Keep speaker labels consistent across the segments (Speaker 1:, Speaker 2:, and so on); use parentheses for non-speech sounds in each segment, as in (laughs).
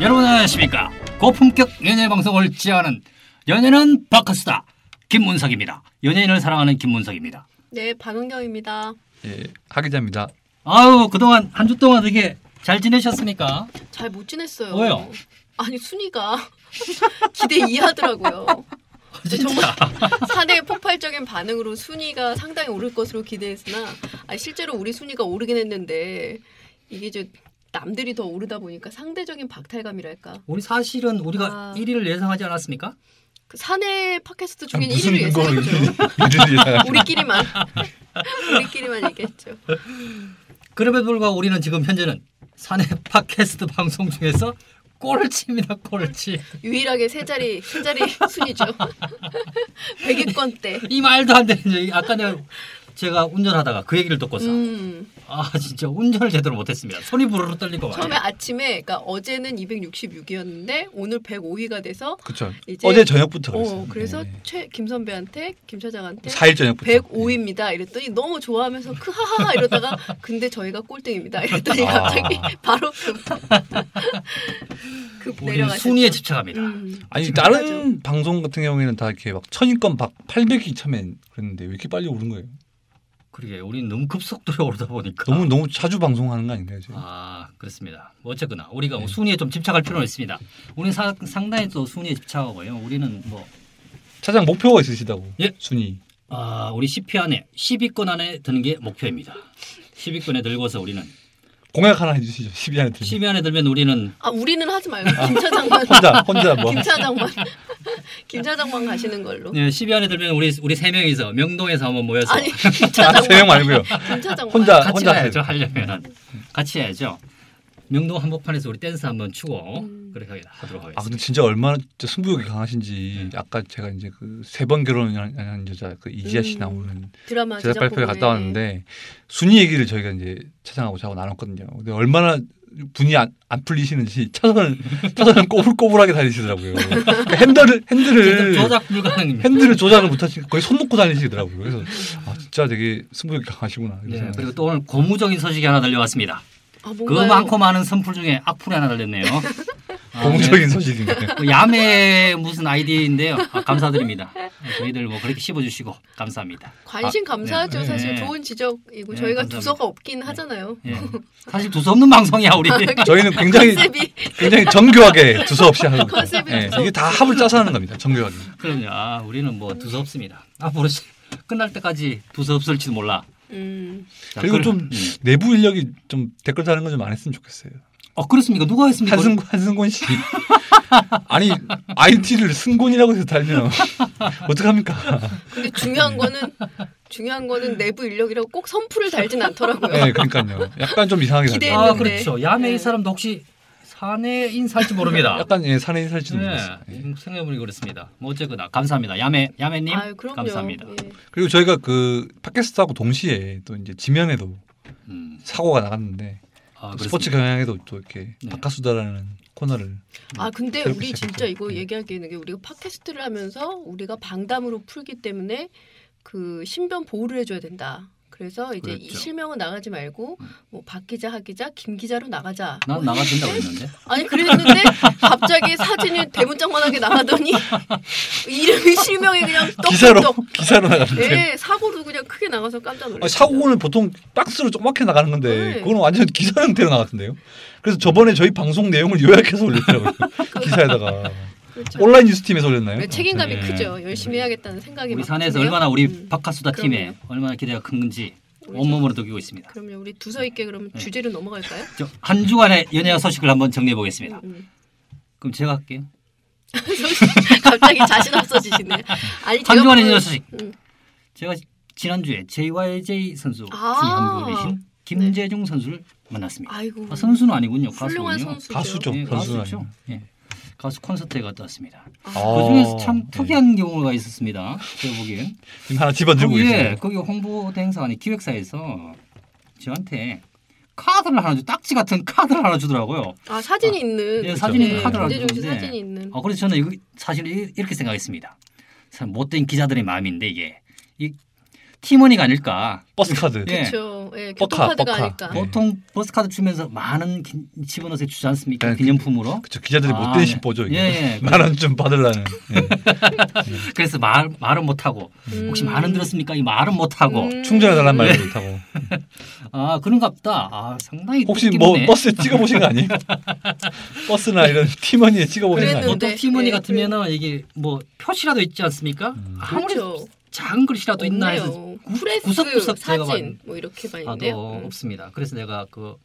Speaker 1: 여러분 안녕하십니까 고품격 연예 방송을 지향하는 연예는 바카스다 김문석입니다 연예인을 사랑하는 김문석입니다
Speaker 2: 네, 박은경입니다.
Speaker 3: 예, 하기자입니다.
Speaker 1: 아우 그동안 한 주 동안 되게 잘 지내셨습니까
Speaker 2: 잘 못 지냈어요.
Speaker 1: 왜요?
Speaker 2: 아니 순위가 (laughs) 기대 이하더라고요.
Speaker 3: 아,
Speaker 1: 진짜
Speaker 2: 사대의 폭발적인 반응으로 순위가 상당히 오를 것으로 기대했으나 아니, 실제로 우리 순위가 오르긴 했는데 이게 이제 남들이 더 오르다 보니까 상대적인 박탈감이랄까.
Speaker 1: 우리 사실은 우리가
Speaker 2: 아.
Speaker 1: 1위를 예상하지 않았습니까
Speaker 2: 그 사내 팟캐스트 중인
Speaker 3: 무슨
Speaker 2: 1위를
Speaker 3: 근거로
Speaker 2: 예상했죠.
Speaker 3: 이들이야.
Speaker 2: 우리끼리만 (laughs) 우리끼리만 얘기했죠.
Speaker 1: 그럼에도 불구하고 우리는 지금 현재는 사내 팟캐스트 방송 중에서 꼴찌입니다 꼴찌
Speaker 2: 유일하게 세 자리 세 자리 순위죠. (laughs)
Speaker 3: (laughs)
Speaker 2: 100위권대.
Speaker 1: 이 말도 안 되는 얘기 아까 내가 제가 운전하다가 그 얘기를 듣고서
Speaker 2: 음.
Speaker 1: 아 진짜 운전을 제대로 못했습니다 손이 부르르 떨린 거
Speaker 2: 처음에
Speaker 1: 같아요
Speaker 2: 아침에 그러니까 어제는 266이었는데 오늘 105위가 돼서
Speaker 3: 그쵸.
Speaker 2: 이제
Speaker 3: 어제 저녁부터 그랬어요.
Speaker 2: 어, 그래서
Speaker 3: 네.
Speaker 2: 최 김선배한테 김 차장한테
Speaker 3: 4일 저녁부터.
Speaker 2: 105입니다 이랬더니 너무 좋아하면서 크하하하 이러다가 근데 저희가 꼴등입니다 이랬더니
Speaker 3: 아.
Speaker 2: 갑자기
Speaker 3: (laughs)
Speaker 2: 바로 급, 급
Speaker 1: 우리는
Speaker 2: 내려가셨죠.
Speaker 1: 순위에 집착합니다
Speaker 2: 음.
Speaker 3: 아니 다른 방송 같은 경우에는 다 이렇게 막 천인권 막 800이 처음엔 그랬는데 왜 이렇게 빨리 오른 거예요?
Speaker 1: 그러게 우리는 너무 급속도로 오르다 보니까
Speaker 3: 너무 너무 자주 방송하는 거 아. 아닌가요? 지금?
Speaker 1: 아 그렇습니다. 뭐 어쨌거나 우리가
Speaker 3: 네.
Speaker 1: 뭐 순위에 좀 집착할 필요는 있습니다. 우리는 사- 상당히 또 순위에 집착하고요. 우리는 뭐
Speaker 3: 차장 목표가 있으시다고.
Speaker 1: 예.
Speaker 3: 순위.
Speaker 1: 아, 우리 10회 안에 10위권 안에 드는 게 목표입니다. 10위권에 들고서 우리는
Speaker 3: 공약 하나 해주시죠. 10위 안에 들면.
Speaker 1: 10위 안에 들면 우리는
Speaker 2: 아 우리는 하지 말고 김 차장만
Speaker 3: 혼자 혼자 뭐.
Speaker 2: 김 차장만 (laughs) 김 차장만 가시는 걸로
Speaker 3: 네.
Speaker 1: 예, 10위 안에 들면 우리 우리 세 명이서 명동에서 한번 모여서
Speaker 2: 아니 김
Speaker 3: 아, 세
Speaker 2: 차장만
Speaker 3: 명 말고요.
Speaker 2: 김 차장만
Speaker 3: 혼자
Speaker 1: 같이
Speaker 3: 혼자
Speaker 1: 가야죠.
Speaker 3: 하세요.
Speaker 1: 하려면은 같이 해야죠. 명동 한복판에서 우리 댄스 한번 추고
Speaker 2: 음.
Speaker 1: 그렇게 하도록 하겠습니다.
Speaker 3: 아 근데 진짜 얼마나 진짜 승부욕이 강하신지 아까 제가 이제 그 세 번 결혼한 여자 그 이지아 씨
Speaker 2: 음.
Speaker 3: 나오는
Speaker 2: 드라마
Speaker 3: 제작 발표회
Speaker 2: 부분에
Speaker 3: 갔다
Speaker 2: 네.
Speaker 3: 왔는데 순위 얘기를 저희가 이제 차장하고 자고 나눴거든요. 근데 얼마나 분이 안, 안 풀리시는지 (laughs) 차선을 차선을 꼬불꼬불하게 다니시더라고요. 그러니까 핸들을
Speaker 1: 지금
Speaker 3: 핸들을
Speaker 1: 조작 불가능입니다.
Speaker 3: 핸들을 조작을 못하시고 거의 손 놓고 다니시더라고요. 그래서 아 진짜 되게 승부욕이 강하시구나. 이런
Speaker 1: 예,
Speaker 3: 생각이
Speaker 1: 그리고 또 오늘 고무적인 소식이 하나 들려왔습니다.
Speaker 2: 아,
Speaker 1: 그
Speaker 2: 뭔가요?
Speaker 1: 많고 많은 선풀 중에 악플이 하나 달렸네요. 아,
Speaker 3: 고무적인 소식인데
Speaker 1: 네. 야매 무슨 아이디인데요. 아, 감사드립니다. 저희들 뭐 그렇게 씹어주시고 감사합니다.
Speaker 2: 관심 감사하죠.
Speaker 1: 네. 네.
Speaker 2: 사실 좋은 지적이고
Speaker 1: 네,
Speaker 2: 저희가
Speaker 1: 감사합니다.
Speaker 2: 두서가 없긴 하잖아요.
Speaker 1: 예. 사실 두서 없는 방송이야 우리.
Speaker 2: 아, 그렇죠.
Speaker 3: 저희는 굉장히
Speaker 2: 컨셉이
Speaker 3: 굉장히 정교하게 두서 없이 하는 거죠.
Speaker 2: (laughs) 컨셉이
Speaker 3: 예,
Speaker 2: 두서
Speaker 3: 이게 다
Speaker 2: 없이.
Speaker 3: 합을 짜서 하는 겁니다. 정교하게.
Speaker 1: (laughs) 그럼요. 아, 우리는 뭐 두서 없습니다. 앞으로 시- 끝날 때까지 두서 없을지도 몰라.
Speaker 2: 음,
Speaker 1: 자,
Speaker 3: 그리고
Speaker 1: 그래-
Speaker 3: 좀
Speaker 1: 음.
Speaker 3: 내부 인력이 좀 댓글 다는 거 좀 안 했으면 좋겠어요.
Speaker 1: 어 그렇습니까? 누가 했습니까?
Speaker 3: 한승 한승곤 씨뭐 아니 IT를 승곤이라고 해서 달면 어떡합니까?
Speaker 2: 근데 중요한 거는 중요한 거는 내부 인력이라고 꼭 선풀을 달진 않더라고요.
Speaker 3: 네, 그러니까요. 약간 좀 이상하게
Speaker 2: 기대-
Speaker 3: 달죠.
Speaker 1: 아
Speaker 2: 했는데.
Speaker 1: 그렇죠. 야매 이
Speaker 2: 네.
Speaker 1: 사람도 혹시 사내 인사일지
Speaker 2: (laughs)
Speaker 1: 모릅니다.
Speaker 3: 약간 예, 사내 살지도
Speaker 1: 네,
Speaker 3: 모르겠어요. 예.
Speaker 1: 생각해보니 그렇습니다. 뭐 어쨌거나 감사합니다. 야매 네. 야매님
Speaker 2: 아유, 그럼요.
Speaker 1: 감사합니다.
Speaker 2: 예.
Speaker 3: 그리고 저희가 그 팟캐스트하고 동시에 또 이제 지면에도
Speaker 1: 음.
Speaker 3: 사고가 나갔는데
Speaker 1: 아,
Speaker 3: 또
Speaker 1: 그렇습니다.
Speaker 3: 스포츠 경향에도 또 이렇게
Speaker 1: 네.
Speaker 3: 바카수다라는 코너를
Speaker 2: 아 근데
Speaker 3: 그렇게
Speaker 2: 우리
Speaker 3: 시작했죠.
Speaker 2: 진짜 이거
Speaker 3: 네.
Speaker 2: 얘기할 게 있는 게 우리가 팟캐스트를 하면서 우리가 방담으로 풀기 때문에 그 신변 보호를 해줘야 된다. 그래서 이제 이
Speaker 1: 그렇죠.
Speaker 2: 실명은 나가지 말고
Speaker 1: 음.
Speaker 2: 뭐 박 기자, 하 기자, 김 기자로 나가자.
Speaker 1: 난
Speaker 2: 뭐
Speaker 1: 나가준다고 했는데.
Speaker 2: 아니 그랬는데 갑자기 사진이 대문짝만하게
Speaker 3: (laughs)
Speaker 2: 나가더니 이름이 실명이 그냥
Speaker 3: 기사로
Speaker 2: 떡떡떡.
Speaker 3: (laughs) 기사로 나갔는데
Speaker 2: 네 사고로 그냥 크게 나가서 깜짝 놀랐어요.
Speaker 3: 아, 사고는 보통 박스로 조그맣게 나가는 건데
Speaker 2: 네.
Speaker 3: 그거는 완전 기사 형태로 나갔던데요. 그래서 저번에 저희 방송 내용을
Speaker 2: (laughs)
Speaker 3: 요약해서 올렸더라고요. 기사에다가
Speaker 2: 그렇죠.
Speaker 3: 온라인 뉴스팀에서 올렸나요?
Speaker 2: 네, 책임감이
Speaker 1: 예.
Speaker 2: 크죠. 열심히 해야겠다는 생각이
Speaker 1: 우리
Speaker 2: 막
Speaker 1: 산에서
Speaker 2: 드네요.
Speaker 1: 얼마나 우리
Speaker 2: 음.
Speaker 1: 바카수다
Speaker 2: 그럼요.
Speaker 1: 팀에 얼마나 기대가 큰지
Speaker 2: 우리
Speaker 1: 온몸으로 느끼고 있습니다.
Speaker 2: 그럼요. 우리 두서 있게 그럼
Speaker 1: 네.
Speaker 2: 주제로 넘어갈까요?
Speaker 3: 네.
Speaker 1: 저한 주간의 연예 소식을 한번 정리해 보겠습니다.
Speaker 2: 음. (laughs)
Speaker 1: 그럼 제가 할게요.
Speaker 2: 갑자기 자신 없어지시네. 아니 제가
Speaker 1: 한주환
Speaker 2: 보는-
Speaker 1: 해설 소식.
Speaker 2: 음.
Speaker 1: 제가 지난주에 JYJ 선수 팀
Speaker 2: 아. 네.
Speaker 1: 한분 계신 김재중 선수를 만났습니다.
Speaker 2: 아이고.
Speaker 1: 아, 선수는 아니군요.
Speaker 2: 훌륭한
Speaker 1: 가수군요.
Speaker 2: 선수죠.
Speaker 3: 가수죠.
Speaker 1: 예,
Speaker 3: 선수는
Speaker 1: 가수죠. 예. 가수 콘서트에 갔다 왔습니다.
Speaker 3: 아.
Speaker 1: 그중에서 참
Speaker 3: 네.
Speaker 1: 특이한 경우가 있었습니다. 제가 보기엔.
Speaker 3: 지금 네. 하나 집어들고
Speaker 1: 거기에
Speaker 3: 계세요.
Speaker 1: 거기 홍보대 행사 아니 기획사에서 저한테 카드를 하나 주 딱지 같은 카드를 하나 주더라고요.
Speaker 2: 아 사진이 있는.
Speaker 1: 예, 사진이
Speaker 2: 네,
Speaker 1: 카드라고
Speaker 2: 김재중 씨
Speaker 1: 그러는데.
Speaker 2: 사진이 있는.
Speaker 1: 아 그래서 저는 이거 사실 이- 이렇게 생각했습니다. 참 못된 기자들의 마음인데 이게 이 팀원이가 아닐까.
Speaker 3: 버스 카드.
Speaker 1: 예. 어?
Speaker 2: 그렇죠. 예,
Speaker 3: 뻑하,
Speaker 2: 교통카드가
Speaker 3: 뻑하.
Speaker 2: 아닐까.
Speaker 3: 네.
Speaker 1: 보통 버스 카드 주면서 많은 기- 집어넣어서 주지 않습니까?
Speaker 3: 그러니까
Speaker 1: 기념품으로.
Speaker 3: 그쵸 기자들이
Speaker 1: 아,
Speaker 3: 못된
Speaker 1: 네.
Speaker 3: 심보죠.
Speaker 1: 예, 예.
Speaker 3: (laughs) 만원 좀 받으려는.
Speaker 2: 음.
Speaker 3: 예.
Speaker 1: 그래서 말 말은 못 하고 혹시 말은 들었습니까? 이 말은 못 하고.
Speaker 2: 음.
Speaker 3: 충전해달란 말도 못하고.
Speaker 1: 아 그런갑다. 아 상당히
Speaker 3: 혹시
Speaker 1: 뜻깊네.
Speaker 3: 뭐 버스에 찍어보신 거
Speaker 1: (laughs)
Speaker 3: 아니에요? 버스나 이런 팀원이에 찍어보신 거
Speaker 2: 그래도-
Speaker 3: 아니에요?
Speaker 2: 네,
Speaker 1: 보통 팀원이
Speaker 2: 네,
Speaker 1: 같으면은 이게 뭐 표시라도 있지 않습니까?
Speaker 3: 음.
Speaker 1: 아무리
Speaker 2: 그렇죠.
Speaker 1: 작은 글씨라도 있나
Speaker 2: 없네요.
Speaker 1: 해서 음?
Speaker 2: 프레스
Speaker 1: 구석구석 제가
Speaker 2: 사진 뭐 이렇게만 있네요.
Speaker 1: 아도
Speaker 2: 음.
Speaker 1: 없습니다. 그래서 내가 그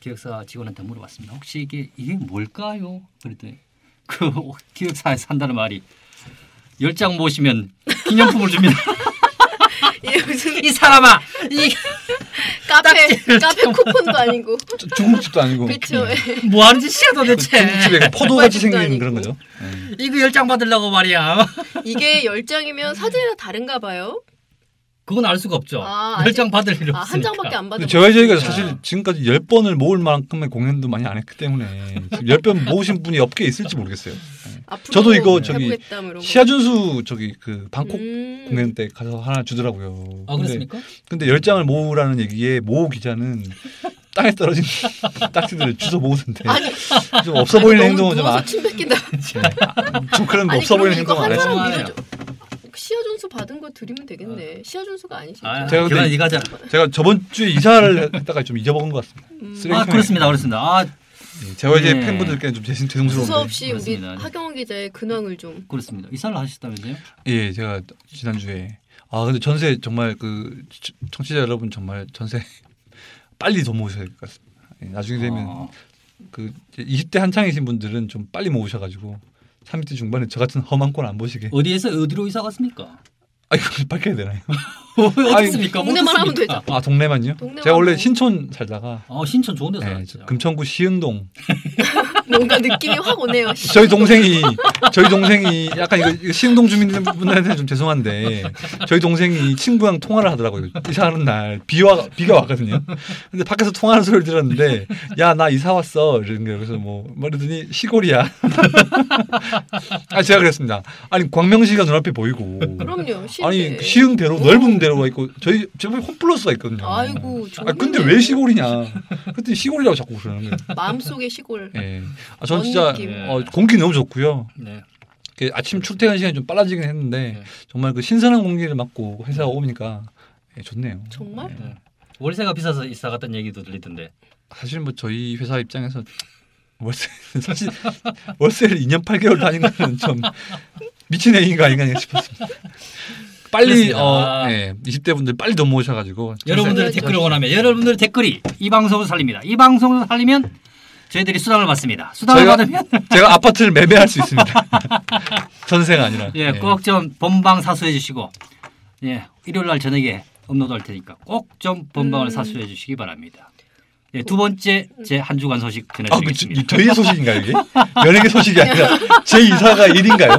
Speaker 1: 기획사 직원한테 물어봤습니다. 혹시 이게 이게 뭘까요? 그랬더니 그 (laughs) 기획사에서 한다는 말이 열 장 모시면 기념품을 줍니다.
Speaker 2: 예, 무슨
Speaker 1: (laughs) 이 사람아, 이
Speaker 2: 카페 카페 쿠폰도
Speaker 1: (laughs)
Speaker 2: 아니고.
Speaker 3: 저- 어, 중국집도 아니고
Speaker 2: 그렇죠. (laughs) 예.
Speaker 1: 뭐 하는 짓이야 도대체?
Speaker 3: 중국집에 그
Speaker 2: 중국집도
Speaker 3: 포도같이 생긴
Speaker 2: 아니고.
Speaker 3: 그런 거죠.
Speaker 1: 이거 열 장 받으려고 말이야.
Speaker 2: 이게 열 장이면 사진이랑 다른가 봐요.
Speaker 1: 그건 알 수가 없죠.
Speaker 2: 아, 아직-
Speaker 1: 열 장 받을 일 없으니까.
Speaker 2: 아, 한 장밖에 안 받은.
Speaker 3: 근데 JYJ가
Speaker 2: 거구나.
Speaker 3: 사실 지금까지 10번을 모을 만큼의 공연도 많이 안 했기 때문에 10번 모으신 분이 업계에 있을지 모르겠어요.
Speaker 2: 앞으로
Speaker 3: 저도 이거 저기
Speaker 2: 해보겠다, 뭐 이런 거.
Speaker 3: 시아준수 저기 그 방콕
Speaker 2: 음.
Speaker 3: 공연 때 가서 하나 주더라고요.
Speaker 1: 아
Speaker 3: 네.
Speaker 1: 그렇습니까?
Speaker 3: 근데, 근데 10장을 모으라는 얘기에 모 기자는 (laughs) 땅에 떨어진 (laughs) 딱지들을 주워 모으던데 (laughs) 좀 없어 보이는
Speaker 2: 아니, 너무
Speaker 3: 행동은 좀,
Speaker 2: 누워서
Speaker 3: 아,
Speaker 2: 침
Speaker 3: (laughs)
Speaker 2: 뱉긴다.
Speaker 3: 좀 그런
Speaker 2: 아니,
Speaker 3: 없어 보이는
Speaker 2: 그럼 이거
Speaker 3: 행동 안
Speaker 2: 한
Speaker 3: 했어요.
Speaker 2: 사람
Speaker 1: 했지만.
Speaker 2: 밀어줘. 시아 준수 받은 거 드리면 되겠네. 시아 준수가 아니시죠?
Speaker 1: 아,
Speaker 3: 제가
Speaker 1: 결혼
Speaker 3: 근데-
Speaker 1: 이가자.
Speaker 3: 제가 저번 주에 이사를 했다가 좀 잊어먹은 것 같습니다.
Speaker 2: 음.
Speaker 3: 쓰레기통에.
Speaker 1: 아 그렇습니다, 그렇습니다. 아
Speaker 3: JYJ
Speaker 1: 네.
Speaker 3: 팬분들께 좀 죄송-
Speaker 2: 수서
Speaker 3: 죄송스러운데
Speaker 2: 없이 우리
Speaker 1: 그렇습니다.
Speaker 2: 하경원 기자의 근황을 좀. (laughs)
Speaker 1: 그렇습니다. 이사를 하셨다면서요?
Speaker 3: 예, 제가 지난주에 아 근데 전세 정말 그 시- 청취자 여러분 정말 전세 (laughs) 빨리 더 모으셔야 될 것 같습니다. 예, 나중에 되면
Speaker 1: 아,
Speaker 3: 그 이제 20대 한창이신 분들은 좀 빨리 모으셔가지고 30대 중반에 저 같은 험한 꼴 안 보시게.
Speaker 1: 어디에서 어디로 이사 갔습니까?
Speaker 3: 아 이거 밝혀야 되나요?
Speaker 1: (laughs) 어디습니까?
Speaker 2: 동네만 하면 되죠.
Speaker 3: 아 동네만요?
Speaker 2: 동네만
Speaker 3: 제가 원래
Speaker 2: 뭐.
Speaker 3: 신촌 살다가
Speaker 1: 아 신촌 좋은 데서
Speaker 3: 예,
Speaker 1: 살았죠.
Speaker 3: 금천구 시흥동.
Speaker 2: 뭔가 느낌이 확 오네요.
Speaker 3: 저희 동생이 저희 동생이 약간 이거- 이거 시흥동 주민분들한테 좀 죄송한데 저희 동생이 친구랑 통화를 하더라고요. 이사하는 날 비와 비가 왔거든요. 근데 밖에서 통화하는 소리를 들었는데 야 나 이사 왔어 이런 게 그래서 뭐 말하더니 시골이야. 아 제가 그랬습니다. 아니 광명시가 눈앞에 보이고
Speaker 2: 그럼요. 시인데.
Speaker 3: 아니 시흥 대로 넓은 대로가 있고 저희 집에 홈플러스가 있거든요.
Speaker 2: 아이고.
Speaker 3: 아 근데 왜 시골이냐? 그랬더니 시골이라고 자꾸 그러는 거예요.
Speaker 2: 마음속의 시골.
Speaker 3: 예. 아, 전
Speaker 2: 뭔
Speaker 3: 진짜
Speaker 2: 느낌?
Speaker 3: 어, 공기 너무 좋고요.
Speaker 1: 네.
Speaker 3: 이렇게 그 아침 출퇴근 시간이 좀 빨라지긴 했는데
Speaker 1: 네.
Speaker 3: 정말 그 신선한 공기를 맡고 회사 오니까 예, 좋네요.
Speaker 2: 정말?
Speaker 3: 예.
Speaker 1: 월세가 비싸서 이사 갔다는 얘기도 들리던데.
Speaker 3: 사실 뭐 저희 회사 입장에서 월세 (laughs) 사실 월세를 2년 8개월 다닌 거는 좀 미친 애인가 아닌가 싶었습니다. 빨리
Speaker 1: 그렇습니다. 아.
Speaker 3: 어, 예, 20대 분들 빨리 넘어오셔가지고
Speaker 1: 여러분들의
Speaker 2: 그렇죠.
Speaker 1: 댓글을 원하면 여러분들의 댓글이 이 방송을 살립니다. 이 방송을 살리면 저희들이 수당을 받습니다. 수당을
Speaker 3: 저희가-
Speaker 1: 받으면 (laughs)
Speaker 3: 제가 아파트를 매매할 수 있습니다. (laughs) 전세가 아니라.
Speaker 1: 예, 꼭 좀 본방 사수해 주시고 예, 일요일 날 저녁에 업로드 할 테니까 꼭 좀 본방을
Speaker 2: 음.
Speaker 1: 사수해 주시기 바랍니다. 예, 두 번째 제 한 주간 소식
Speaker 3: 아, 그, 저-
Speaker 1: 전해드리겠습니다.
Speaker 3: 이 저희의 소식인가요 이게? 연예계 소식이 아니라 제 이사가 일인가요?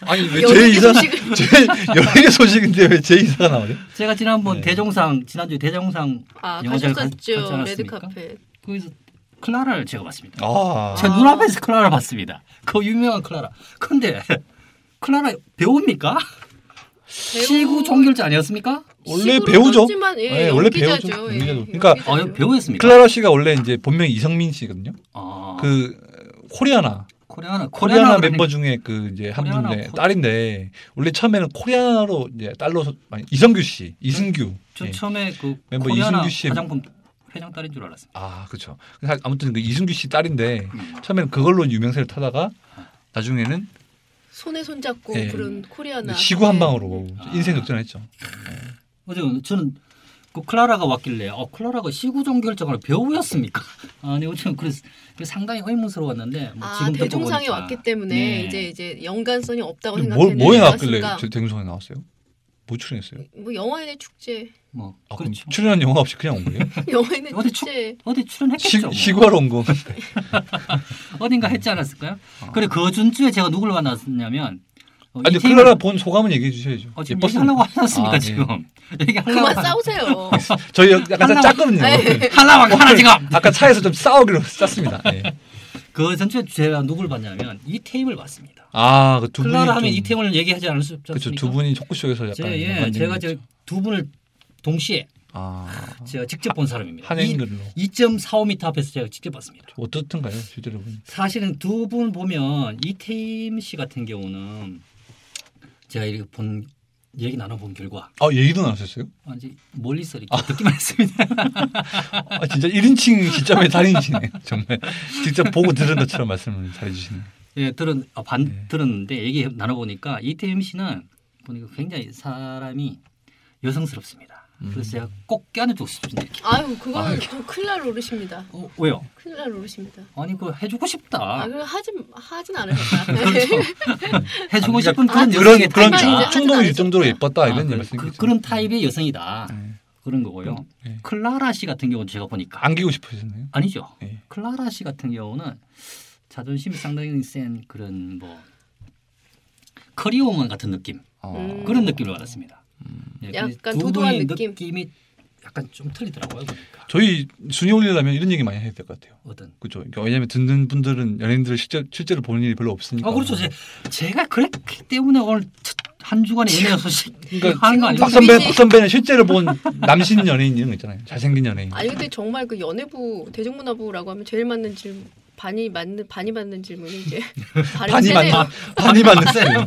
Speaker 3: 아니 왜 제
Speaker 2: 연예계
Speaker 3: 이사 (laughs)
Speaker 2: 소식을-
Speaker 3: 제 연예계 소식인데 왜 제 이사가 나오죠?
Speaker 1: 제가 지난번
Speaker 3: 네.
Speaker 1: 대종상 지난주에 대종상
Speaker 2: 아
Speaker 1: 영화제를 가- 갔지
Speaker 2: 가셨었죠.
Speaker 1: 않았습니까?
Speaker 2: 레드카펫.
Speaker 1: 거기서 클라라를 제가 봤습니다.
Speaker 3: 아
Speaker 1: 제 눈앞에서 클라라를 봤습니다. 그 유명한 클라라. 근데 클라라 배우입니까? 시구 종결자 아니었습니까?
Speaker 3: 원래
Speaker 2: 식으로
Speaker 3: 배우죠.
Speaker 2: 떴지만, 예,
Speaker 3: 네, 원래
Speaker 2: 연기자죠.
Speaker 3: 배우죠.
Speaker 2: 예,
Speaker 3: 연기자죠. 그러니까
Speaker 2: 연기자죠.
Speaker 1: 아, 이거 배우였습니다.
Speaker 3: 클라라 씨가 원래 이제 본명이 이성민 씨거든요.
Speaker 1: 아,
Speaker 3: 그 코리아나
Speaker 1: 코리아나
Speaker 3: 코리아나
Speaker 1: 그러니까
Speaker 3: 멤버 중에 그 이제 한
Speaker 1: 코리아나
Speaker 3: 분의
Speaker 1: 코-
Speaker 3: 딸인데 원래 처음에는 코리아나로 이제 딸로 서- 아니, 이성규 씨 이승규
Speaker 1: 저
Speaker 3: 예.
Speaker 1: 처음에 그
Speaker 3: 멤버
Speaker 1: 코리아나
Speaker 3: 이승규 씨의-
Speaker 1: 화장품 회장 딸인 줄 알았어요.
Speaker 3: 아 그렇죠. 아무튼 그 이승규 씨 딸인데
Speaker 1: 음.
Speaker 3: 처음에는 그걸로 유명세를 타다가 나중에는
Speaker 2: 손에 손잡고
Speaker 3: 예.
Speaker 2: 부른 코리아나. 네.
Speaker 3: 시구 한 방으로
Speaker 1: 아.
Speaker 3: 인생 역전했죠.
Speaker 1: 어쨌든 저는 그 클라라가 왔길래 어 클라라가 시구종 결정을 배우였습니까? (laughs) 아니 어쨌든 그래서, 그래서 상당히 의문스러웠는데 뭐
Speaker 2: 아
Speaker 1: 지금 듣고
Speaker 2: 대종상에
Speaker 1: 보니까.
Speaker 2: 왔기 때문에
Speaker 1: 네.
Speaker 2: 이제 이제 연관성이 그 없다고
Speaker 3: 뭘
Speaker 2: 생각했는데
Speaker 3: 뭐에 나왔길래
Speaker 2: 나왔을까?
Speaker 3: 저 대중성에 나왔어요? 뭐 출연했어요?
Speaker 2: 뭐 영화인의 축제, (laughs)
Speaker 1: 뭐
Speaker 3: 아, 그럼
Speaker 1: 그렇죠.
Speaker 3: 출연한 영화 없이
Speaker 1: (laughs)
Speaker 3: 그냥 온 거예요?
Speaker 2: 영화인의
Speaker 1: 어디 축-
Speaker 2: 축제.
Speaker 1: 어디
Speaker 3: 시,
Speaker 1: 출연했겠죠. 뭐.
Speaker 3: 시구하러 온 거.
Speaker 1: 어딘가 했지 않았을까요? 그래 그 전주에 제가 누굴 만났냐면 어,
Speaker 3: 아. 아니
Speaker 1: 이태원-
Speaker 3: 클라라 본 소감은 얘기해 주셔야죠.
Speaker 1: 어, 지금
Speaker 3: 예뻤어요? (laughs)
Speaker 1: 얘기하려고 하셨습니까
Speaker 3: 아,
Speaker 1: 지금? (laughs) 얘기하려고
Speaker 2: 그만
Speaker 1: 하-
Speaker 3: (laughs)
Speaker 2: 싸우세요.
Speaker 3: 저희 약간
Speaker 1: 하려고-
Speaker 3: 짰거든요.
Speaker 2: 네.
Speaker 1: (laughs) 하려고 하나 지금.
Speaker 3: 아까 차에서 좀 싸우기로 짰습니다. 네.
Speaker 1: 그 전주에 제가 누굴 봤냐면 이태임을 봤습니다.
Speaker 3: 아, 그 두 분이
Speaker 1: 클라라 하면
Speaker 3: 좀-
Speaker 1: 이태임을 얘기하지 않을 수 없지
Speaker 3: 그렇죠.
Speaker 1: 않습니까?
Speaker 3: 두 분이 초코쇼에서 약간
Speaker 1: 제, 예,
Speaker 3: 연관된
Speaker 1: 제가
Speaker 3: 게 있죠.
Speaker 1: 저두 분을 동시에
Speaker 3: 아,
Speaker 1: 어, 제가 직접 본 사람입니다.
Speaker 3: 한
Speaker 1: 이-
Speaker 3: 앵글로
Speaker 1: 2.45m 앞에서 제가 직접 봤습니다.
Speaker 3: 어떻던가요? 실제로 보니.
Speaker 1: 사실은 두 분 보면 이태임 씨 같은 경우는 제가 이렇게 본 얘기 나눠본 결과
Speaker 3: 아, 얘기도 나눴었어요?
Speaker 1: 아, 이제 멀리서 이렇게 듣기만 했습니다.
Speaker 3: 아, 진짜 1인칭 시점의 달인이시네. 정말 직접 보고 들은 것처럼 말씀을 잘해 주시네.
Speaker 1: (laughs) 예, 들은 아, 반
Speaker 3: 네.
Speaker 1: 들었는데 얘기 나눠보니까 이태임 씨는 보니까 굉장히 사람이 여성스럽습니다. 그래서 제가 꼭 껴안아주고 싶은데 이렇게.
Speaker 2: 아유 그거는 저 큰일 날 노릇입니다.
Speaker 1: 어, 왜요?
Speaker 2: 큰일 날 노릇입니다.
Speaker 1: 아니 그 해주고 싶다.
Speaker 2: 아, 그럼 하진 하진 않을 거다. 네.
Speaker 1: 해주고
Speaker 3: 아,
Speaker 1: 싶은
Speaker 2: 그러니까
Speaker 1: 그런
Speaker 3: 그런
Speaker 1: 여성의
Speaker 3: 그런
Speaker 2: 아니,
Speaker 1: 타입이다.
Speaker 2: 이제
Speaker 3: 충동이
Speaker 2: 하진
Speaker 3: 일 정도로
Speaker 2: 않았었다.
Speaker 3: 예뻤다 이런
Speaker 1: 아,
Speaker 3: 말씀.
Speaker 1: 그, 그런 타입의 여성이다.
Speaker 3: 네.
Speaker 1: 그런 거고요.
Speaker 3: 네.
Speaker 1: 클라라 씨 같은 경우는 제가 보니까
Speaker 3: 안기고 싶으셨나요?
Speaker 1: 아니죠.
Speaker 3: 네.
Speaker 1: 클라라 씨 같은 경우는 자존심이 상당히 센 그런 뭐 커리어우먼 같은 느낌
Speaker 2: 음.
Speaker 1: 그런 느낌을 받았습니다. 예, 근데
Speaker 2: 약간
Speaker 1: 두
Speaker 2: 도도한
Speaker 1: 분의
Speaker 2: 느낌?
Speaker 1: 느낌이 약간 좀 틀리더라고요. 보니까
Speaker 3: 저희 순위 올리려면 이런 얘기 많이 해야 될 것 같아요.
Speaker 1: 어떤
Speaker 3: 그죠. 그러니까 왜냐하면 듣는 분들은 연예인들을 실제 실제로 보는 일이 별로 없으니까.
Speaker 1: 아 그렇죠. 제, 제가 그랬기 때문에 오늘 첫- 한 주간의 예매
Speaker 2: (laughs)
Speaker 1: 소식
Speaker 3: 그러니까
Speaker 1: 하는 거 아니에요?
Speaker 3: 박
Speaker 1: (laughs)
Speaker 3: 선배 박 선배는 실제로 본 남신 연예인 이런 거 있잖아요. 잘생긴 연예인.
Speaker 2: 아니 근데 정말 그 연예부 대중문화부라고 하면 제일 맞는 질문 반이 맞는 반이 맞는 질문이
Speaker 3: (laughs)
Speaker 2: 이제 발음이
Speaker 3: 반이
Speaker 2: 세네요.
Speaker 1: (laughs)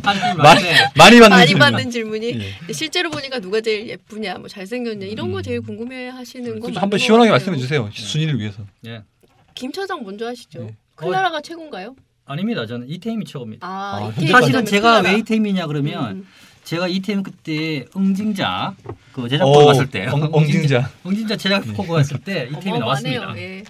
Speaker 3: 맞는 반이 맞는 쌤.
Speaker 1: 맞네.
Speaker 3: 많이 맞는
Speaker 2: 많이
Speaker 3: 쌤.
Speaker 2: 받는 질문이
Speaker 3: 예.
Speaker 2: 실제로 보니까 누가 제일 예쁘냐, 뭐 잘생겼냐 이런 거 제일 궁금해하시는 건
Speaker 3: 음. 그렇죠.
Speaker 2: 맞는
Speaker 3: 한번
Speaker 2: 것
Speaker 3: 시원하게
Speaker 2: 같아요.
Speaker 3: 말씀해 주세요. 순위를 위해서.
Speaker 1: 예.
Speaker 2: 김 차장 먼저 하시죠.
Speaker 3: 네.
Speaker 2: 클라라가 최고인가요?
Speaker 1: 아닙니다. 저는 어, 이태임이 최고입니다.
Speaker 2: 아,
Speaker 3: 아,
Speaker 2: 이태희
Speaker 1: 사실은
Speaker 2: 그러면
Speaker 1: 제가
Speaker 2: 클라라.
Speaker 1: 왜 이태임이냐 그러면
Speaker 2: 음,
Speaker 1: 제가 이태임 그때 응징자 그 제작 보고
Speaker 3: 어,
Speaker 1: 갔을 때
Speaker 3: 엉- 엉징자.
Speaker 1: (laughs)
Speaker 3: 네.
Speaker 1: 응징자 제작 보고 갔을 때 이태임이
Speaker 2: 음. 어마어마하네요.
Speaker 1: 나왔습니다.
Speaker 2: 예.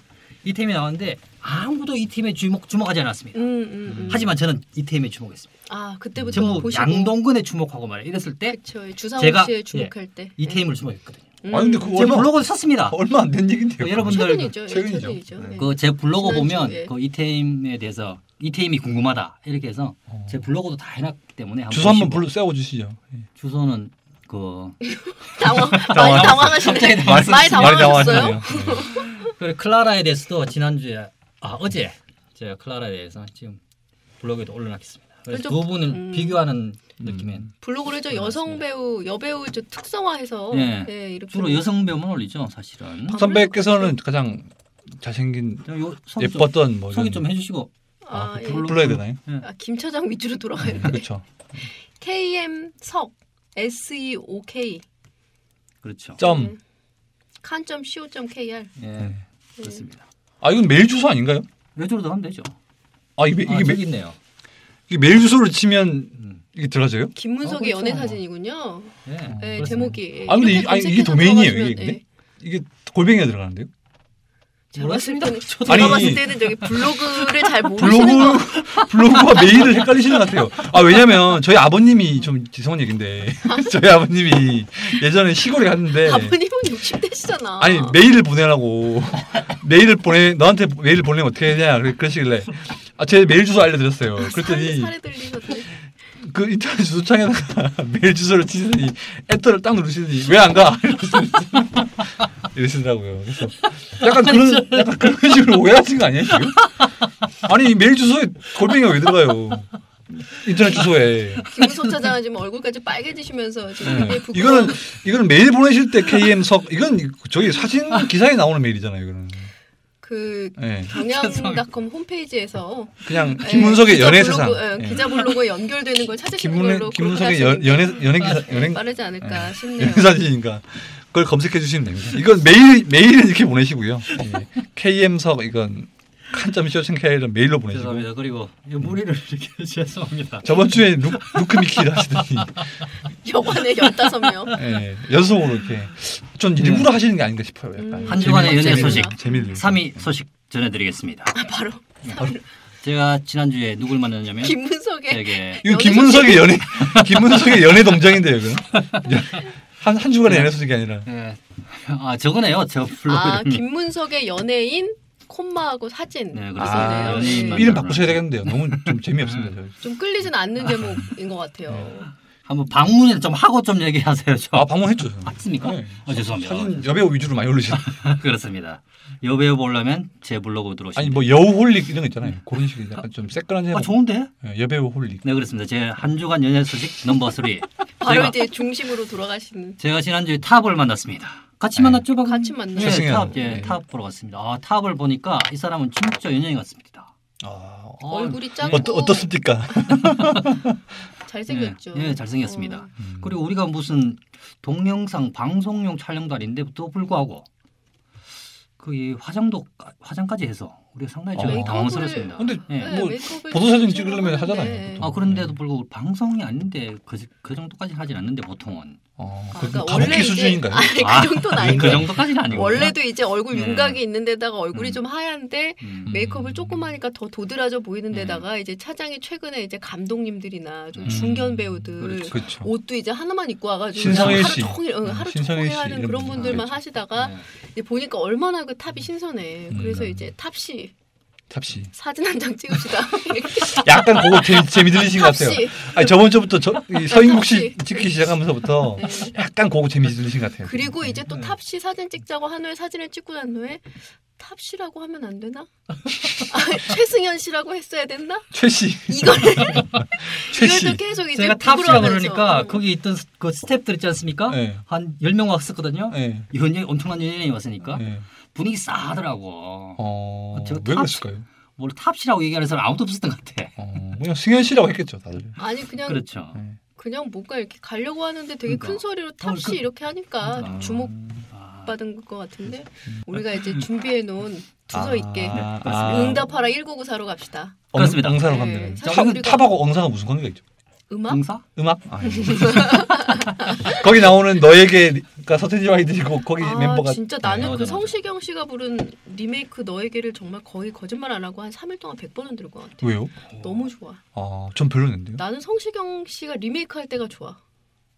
Speaker 1: 이태임이 나왔는데 아무도 이태임에 주목 주목하지 않았습니다.
Speaker 2: 음, 음, 음.
Speaker 1: 하지만 저는 이태임에 주목했습니다.
Speaker 2: 아 그때부터
Speaker 1: 전부
Speaker 2: 보시고
Speaker 1: 양동근에 주목하고 말이에요. 이랬을 때
Speaker 2: 그쵸, 예, 주상욱
Speaker 1: 제가- 예,
Speaker 2: 씨에 주목할 때 예.
Speaker 1: 이태임을 주목했거든요.
Speaker 2: 음.
Speaker 3: 아니, 근데 그거
Speaker 1: 제
Speaker 3: 얼마-
Speaker 1: 블로그에 썼습니다.
Speaker 3: 얼마 안 된 얘긴데요.
Speaker 1: 어, 여러분.
Speaker 2: 최근이죠. 예,
Speaker 3: 최근이죠.
Speaker 2: 최근이죠.
Speaker 3: 네.
Speaker 2: 예.
Speaker 1: 그 제 블로그
Speaker 2: 지난주에.
Speaker 1: 보면
Speaker 2: 네.
Speaker 1: 그 이태임에 대해서 이태임이 궁금하다 이렇게 해서
Speaker 3: 어.
Speaker 1: 제 블로그도 다 해놨기 때문에 한번
Speaker 3: 주소 한번
Speaker 1: 보시고.
Speaker 3: 불러 세워 주시죠. 예.
Speaker 1: 주소는 그
Speaker 2: 당황 많이
Speaker 1: 갑자기
Speaker 2: 당황하시네.
Speaker 1: 당황했어요.
Speaker 2: 많이 당황하셨어요?
Speaker 1: 그리고 클라라에 대해서도 지난주에 아 어제 제가 클라라에 대해서 지금 블로그에도 올려놨겠습니다. 그래서
Speaker 2: 좀-
Speaker 1: 두 분을
Speaker 2: 음.
Speaker 1: 비교하는 느낌의
Speaker 2: 블로그를 저 여성 배우, 여배우 저 특성화해서
Speaker 1: 예.
Speaker 2: 예, 이렇게
Speaker 1: 주로 여성 배우만 올리죠 사실은.
Speaker 2: 아,
Speaker 3: 예. 선배께서는 가장 잘생긴
Speaker 1: 좀 요- 소개 좀-
Speaker 3: 예뻤던 뭐
Speaker 1: 소개
Speaker 3: 이런-
Speaker 1: 좀 해주시고
Speaker 2: 아,
Speaker 1: 아,
Speaker 2: 예.
Speaker 1: 블로그-
Speaker 3: 불러야 되나요?
Speaker 2: 아, 김 차장 위주로 돌아가야
Speaker 3: 네,
Speaker 2: 돼.
Speaker 3: 그렇죠.
Speaker 2: KM 석 S E O K 예.
Speaker 1: 그렇죠.
Speaker 3: 점.
Speaker 2: 칸점 C O 점 K R
Speaker 1: 예
Speaker 3: 네.
Speaker 1: 그렇습니다.
Speaker 3: 아 이건 메일 주소 아닌가요?
Speaker 1: 레조로도 하면 되죠.
Speaker 3: 아 이게,
Speaker 1: 아,
Speaker 3: 이게, 메,
Speaker 1: 저기 있네요.
Speaker 3: 이게 메일 주소로 치면
Speaker 1: 음.
Speaker 3: 이게 들어가져요?
Speaker 2: 김문석의
Speaker 1: 어, 그렇죠.
Speaker 2: 연애 사진이군요.
Speaker 1: 예.
Speaker 2: 예,
Speaker 1: 그렇습니다.
Speaker 2: 제목이. 예,
Speaker 3: 아,
Speaker 2: 이렇게
Speaker 3: 근데 이- 아니,
Speaker 2: 검색해서
Speaker 3: 이게 도메인이에요,
Speaker 2: 들어가시면,
Speaker 3: 이게 근데?
Speaker 2: 예.
Speaker 3: 이게 골뱅이가 들어가는데요?
Speaker 2: 제가 봤을
Speaker 1: 모르겠습니다.
Speaker 2: 때는
Speaker 1: 저도
Speaker 2: 제가
Speaker 3: 아니,
Speaker 2: 봤을 때는 저기 블로그를 잘 모르시는 거.
Speaker 3: 블로그 (laughs) 블로그와 메일을 헷갈리시는 것 같아요. 아 왜냐면 저희 아버님이 좀 죄송한 얘긴데 (laughs) 저희 아버님이 예전에 시골에 갔는데
Speaker 2: 아버님은 60대시잖아.
Speaker 3: 네. 아니 메일을 보내라고 메일을 보내 너한테 메일을 보내면 어떻게 해야 되냐 그래- 그러시길래 아, 제 메일 주소 알려드렸어요. 그랬더니
Speaker 2: 살에 들리셨대.
Speaker 3: 그 인터넷 주소창에다가 (laughs) 메일 주소를 치더니 엔터를 딱 누르시더니 왜 안 가? 이러시더니 (laughs) 이러시더라고요. 그래서 약간 그런 약간 그런 식으로 오해하신 거 아니에요 지금? 아니 메일 주소에 골뱅이가 왜 들어가요? 인터넷 주소에 네.
Speaker 2: 김문석 차장은 지금 얼굴까지 빨개지시면서
Speaker 1: 음.
Speaker 2: 지금 굉장히 부끄러운
Speaker 3: 이거는 이거는 메일 보내실 때 KM 석 이건 저기 사진 기사에 나오는 메일이잖아요. 이거는
Speaker 1: (laughs)
Speaker 2: 그
Speaker 3: 예
Speaker 2: 경향닷컴 홈페이지에서
Speaker 3: 그냥
Speaker 2: 예,
Speaker 3: 김문석의
Speaker 2: 기자
Speaker 3: 연애
Speaker 2: 블로그,
Speaker 3: 세상
Speaker 2: 예,
Speaker 3: 예.
Speaker 2: 기자 블로그에 연결되는 걸 찾으시는
Speaker 3: 김문의
Speaker 2: 걸로
Speaker 3: 김문석의 연-
Speaker 2: 골라가시는 게
Speaker 3: 연애 연예 기사 연예
Speaker 2: 빠르지 않을까
Speaker 3: (laughs)
Speaker 2: 싶네요.
Speaker 3: 연예 사진이니까 그걸 검색해 주시면 됩니다. 이건 메일 메일은 이렇게 보내시고요. 예. KM석 이건 한점 쇼생 KL은 메일로 보내시고
Speaker 1: (laughs) 죄송합니다. 그리고 이 무리를 이렇게 죄송합니다.
Speaker 3: 저번 주에 루, 크미키를 하시더니
Speaker 2: 여관에 15명.
Speaker 3: 예, 연속으로 이렇게 전
Speaker 1: 네.
Speaker 3: 일부러 하시는 게 아닌가 싶어요. 약간
Speaker 2: 음.
Speaker 1: 한 주간의 연예
Speaker 3: 재미를-
Speaker 1: 소식
Speaker 3: 재미를
Speaker 1: 3위 소식 (laughs) 전해드리겠습니다.
Speaker 2: 바로
Speaker 1: 제가 지난주에 누굴 만났냐면
Speaker 2: 김문석의
Speaker 1: 되게
Speaker 3: 이거 김문석의 연애 김문석의 연애 동장인데요, 이거 한한 주간의 연애 소식이 아니라
Speaker 1: 예. 아 저거네요. 저 블로그
Speaker 2: 아
Speaker 1: 이름이.
Speaker 2: 김문석의 연예인 콤마하고 사진.
Speaker 1: 네,
Speaker 2: 그
Speaker 1: 그렇습니다.
Speaker 2: 아,
Speaker 1: 연예인 만나-
Speaker 3: 이름 바꾸셔야 되겠는데요. 너무 좀 재미없습니다. 저.
Speaker 2: 좀 끌리진 않는 제목인 것
Speaker 1: 네.
Speaker 2: 같아요.
Speaker 1: 한번 방문을 좀 하고 좀 얘기하세요. 저.
Speaker 3: 아 방문했죠. 저는.
Speaker 1: 맞습니까?
Speaker 3: 네.
Speaker 1: 아, 죄송합니다.
Speaker 3: 사진 여배우 위주로 많이 올리시는.
Speaker 1: (laughs)
Speaker 2: 아,
Speaker 1: 그렇습니다. 여배우 보려면 제 블로그 들어오시면
Speaker 3: 아니 뭐 여우 홀릭 이런 거 있잖아요. 그런 식의 약간 좀 새끈한
Speaker 1: 돼요.
Speaker 3: 제목.
Speaker 1: 아, 좋은데?
Speaker 3: 예, 여배우 홀릭.
Speaker 1: 네 그렇습니다. 제 한 주간 연예 소식 넘버
Speaker 3: (laughs)
Speaker 1: 3.
Speaker 2: 바로
Speaker 1: 제가,
Speaker 2: 이제 중심으로 돌아가시는.
Speaker 1: 제가 지난주에 탑을 만났습니다. 같이
Speaker 3: 네.
Speaker 1: 만났죠, 방금?
Speaker 2: 같이 만났어요.
Speaker 1: 네,
Speaker 3: 최승현.
Speaker 1: 탑, 예,
Speaker 3: 네.
Speaker 1: 탑 보러 갔습니다. 아, 탑을 보니까 이 사람은 진짜 연예인 같습니다.
Speaker 3: 아,
Speaker 1: 아,
Speaker 2: 얼굴이
Speaker 1: 예,
Speaker 2: 작고
Speaker 3: 어떠, 어떻습니까?
Speaker 2: 잘생겼죠.
Speaker 1: 예, 예, 잘생겼습니다.
Speaker 2: 어.
Speaker 3: 음.
Speaker 1: 그리고 우리가 무슨 동영상 방송용 촬영도 아닌데도 불구하고 그이 화장도 화장까지 해서 우리가 상당히
Speaker 3: 어.
Speaker 1: 좀
Speaker 3: 메이크업을-
Speaker 1: 당황스럽습니다.
Speaker 3: 근데
Speaker 1: 예.
Speaker 2: 네,
Speaker 3: 뭐
Speaker 2: 메이크업을
Speaker 3: 보도사진
Speaker 2: 좀
Speaker 3: 찍으려면
Speaker 2: 하는데.
Speaker 3: 하잖아요, 보통.
Speaker 1: 아 그런데도 불구하고 방송이 아닌데 그, 그 정도까지는 하진 않는데 보통은
Speaker 3: 어,
Speaker 2: 아,
Speaker 3: 그
Speaker 2: 그러니까 원래
Speaker 3: 가볍기
Speaker 2: 이제-
Speaker 3: 수준인가요?
Speaker 2: 아니,
Speaker 1: 아,
Speaker 2: 그 정도는 아니고
Speaker 1: 그 정도까지는 아니고
Speaker 2: 원래도 이제 얼굴
Speaker 1: 네.
Speaker 2: 윤곽이 있는 데다가 얼굴이
Speaker 1: 음.
Speaker 2: 좀 하얀데
Speaker 1: 음.
Speaker 2: 메이크업을 조금 하니까 더 도드라져 보이는
Speaker 1: 네.
Speaker 2: 데다가
Speaker 3: 음.
Speaker 2: 이제 차장이 최근에 이제 감독님들이나 좀
Speaker 1: 음.
Speaker 2: 중견 배우들
Speaker 1: 그렇죠.
Speaker 3: 그렇죠.
Speaker 2: 옷도 이제 하나만 입고 와가지고
Speaker 3: 신성일
Speaker 2: 하루
Speaker 3: 씨. 네,
Speaker 2: 종일 응, 하루
Speaker 3: 신성일
Speaker 2: 종일
Speaker 3: 씨
Speaker 2: 하는
Speaker 3: 이런
Speaker 2: 그런
Speaker 3: 분들.
Speaker 2: 분들만
Speaker 3: 그렇죠.
Speaker 2: 하시다가
Speaker 1: 네.
Speaker 2: 이제 보니까 얼마나 그 탑이 신선해. 그래서
Speaker 3: 음.
Speaker 2: 이제 탑씨
Speaker 3: 탑시.
Speaker 2: 사진 한 장 찍읍시다. (laughs) 이렇게
Speaker 3: 약간 그거 재미, 재미 들리신 것 같아요.
Speaker 2: 탑씨.
Speaker 3: 아니 저번 주부터 저, 이 서인국 씨
Speaker 2: 네, 탑시. 네.
Speaker 3: 찍기 시작하면서부터 약간 그거 재미 들리신 것 같아요.
Speaker 2: 그리고 이제
Speaker 1: 음.
Speaker 2: 또 탑씨 사진 찍자고 한 후에 사진을 찍고 난 후에 탑씨라고 하면 안
Speaker 1: (laughs)
Speaker 2: 되나? 아, 최승현 씨라고 했어야 됐나?
Speaker 3: 최씨,
Speaker 2: 이걸
Speaker 3: (laughs) 최씨.
Speaker 2: 이걸 또 계속 이제
Speaker 1: 제가 탑이라
Speaker 2: 구부러가면서.
Speaker 1: 그러니까
Speaker 2: 음.
Speaker 1: 거기 있던 그 스태프들 있지 않습니까?
Speaker 3: 네.
Speaker 1: 한 10명 왔었거든요.
Speaker 3: 예.
Speaker 1: 연예 엄청난 연예인이 왔으니까
Speaker 2: 어?
Speaker 3: 예.
Speaker 1: 분위기 싸하더라고.
Speaker 3: 어,
Speaker 1: 저
Speaker 3: 왜
Speaker 1: 탑시-
Speaker 3: 그랬을까요?
Speaker 1: 뭘 탑시라고 얘기하는 사람 아무도 없었던 것 같아.
Speaker 3: 어, 그냥 승현 씨라고 했겠죠, 다들.
Speaker 2: 아니 그냥
Speaker 1: 그렇죠.
Speaker 3: 예.
Speaker 2: 그냥 뭔가 이렇게 가려고 하는데 되게
Speaker 1: 그러니까.
Speaker 2: 큰 소리로 탑씨
Speaker 1: 그-
Speaker 2: 이렇게 하니까
Speaker 1: 그러니까.
Speaker 2: 좀 주목받은
Speaker 1: 아,
Speaker 2: 것 같은데
Speaker 1: 음.
Speaker 2: 우리가 이제 준비해 놓은 두서 있게
Speaker 3: 아,
Speaker 1: 그렇습니다.
Speaker 2: 응답하라 1999사로 갑시다.
Speaker 3: 엉-
Speaker 1: 그렇습니다.
Speaker 3: 엉사로
Speaker 2: 네.
Speaker 3: 갑니다.
Speaker 2: 사실
Speaker 3: 탑,
Speaker 2: 우리가-
Speaker 3: 탑하고 엉사가 무슨 관계가 있죠?
Speaker 2: 음악?
Speaker 1: 응사?
Speaker 3: 음악? 아, 예. (laughs) 거기 나오는 너에게 그러니까 서태지 와이드이고 거기
Speaker 2: 아
Speaker 3: 멤버가
Speaker 2: 진짜 나는
Speaker 1: 네, 맞아,
Speaker 2: 그
Speaker 1: 맞아.
Speaker 2: 성시경 씨가 부른 리메이크 너에게를 정말 거의 거짓말 안 하고 한 3일 동안 100번은 들은 것 같아.
Speaker 3: 왜요?
Speaker 1: 어.
Speaker 2: 너무 좋아.
Speaker 3: 아, 전 별로였는데요.
Speaker 2: 나는 성시경 씨가 리메이크 할 때가 좋아.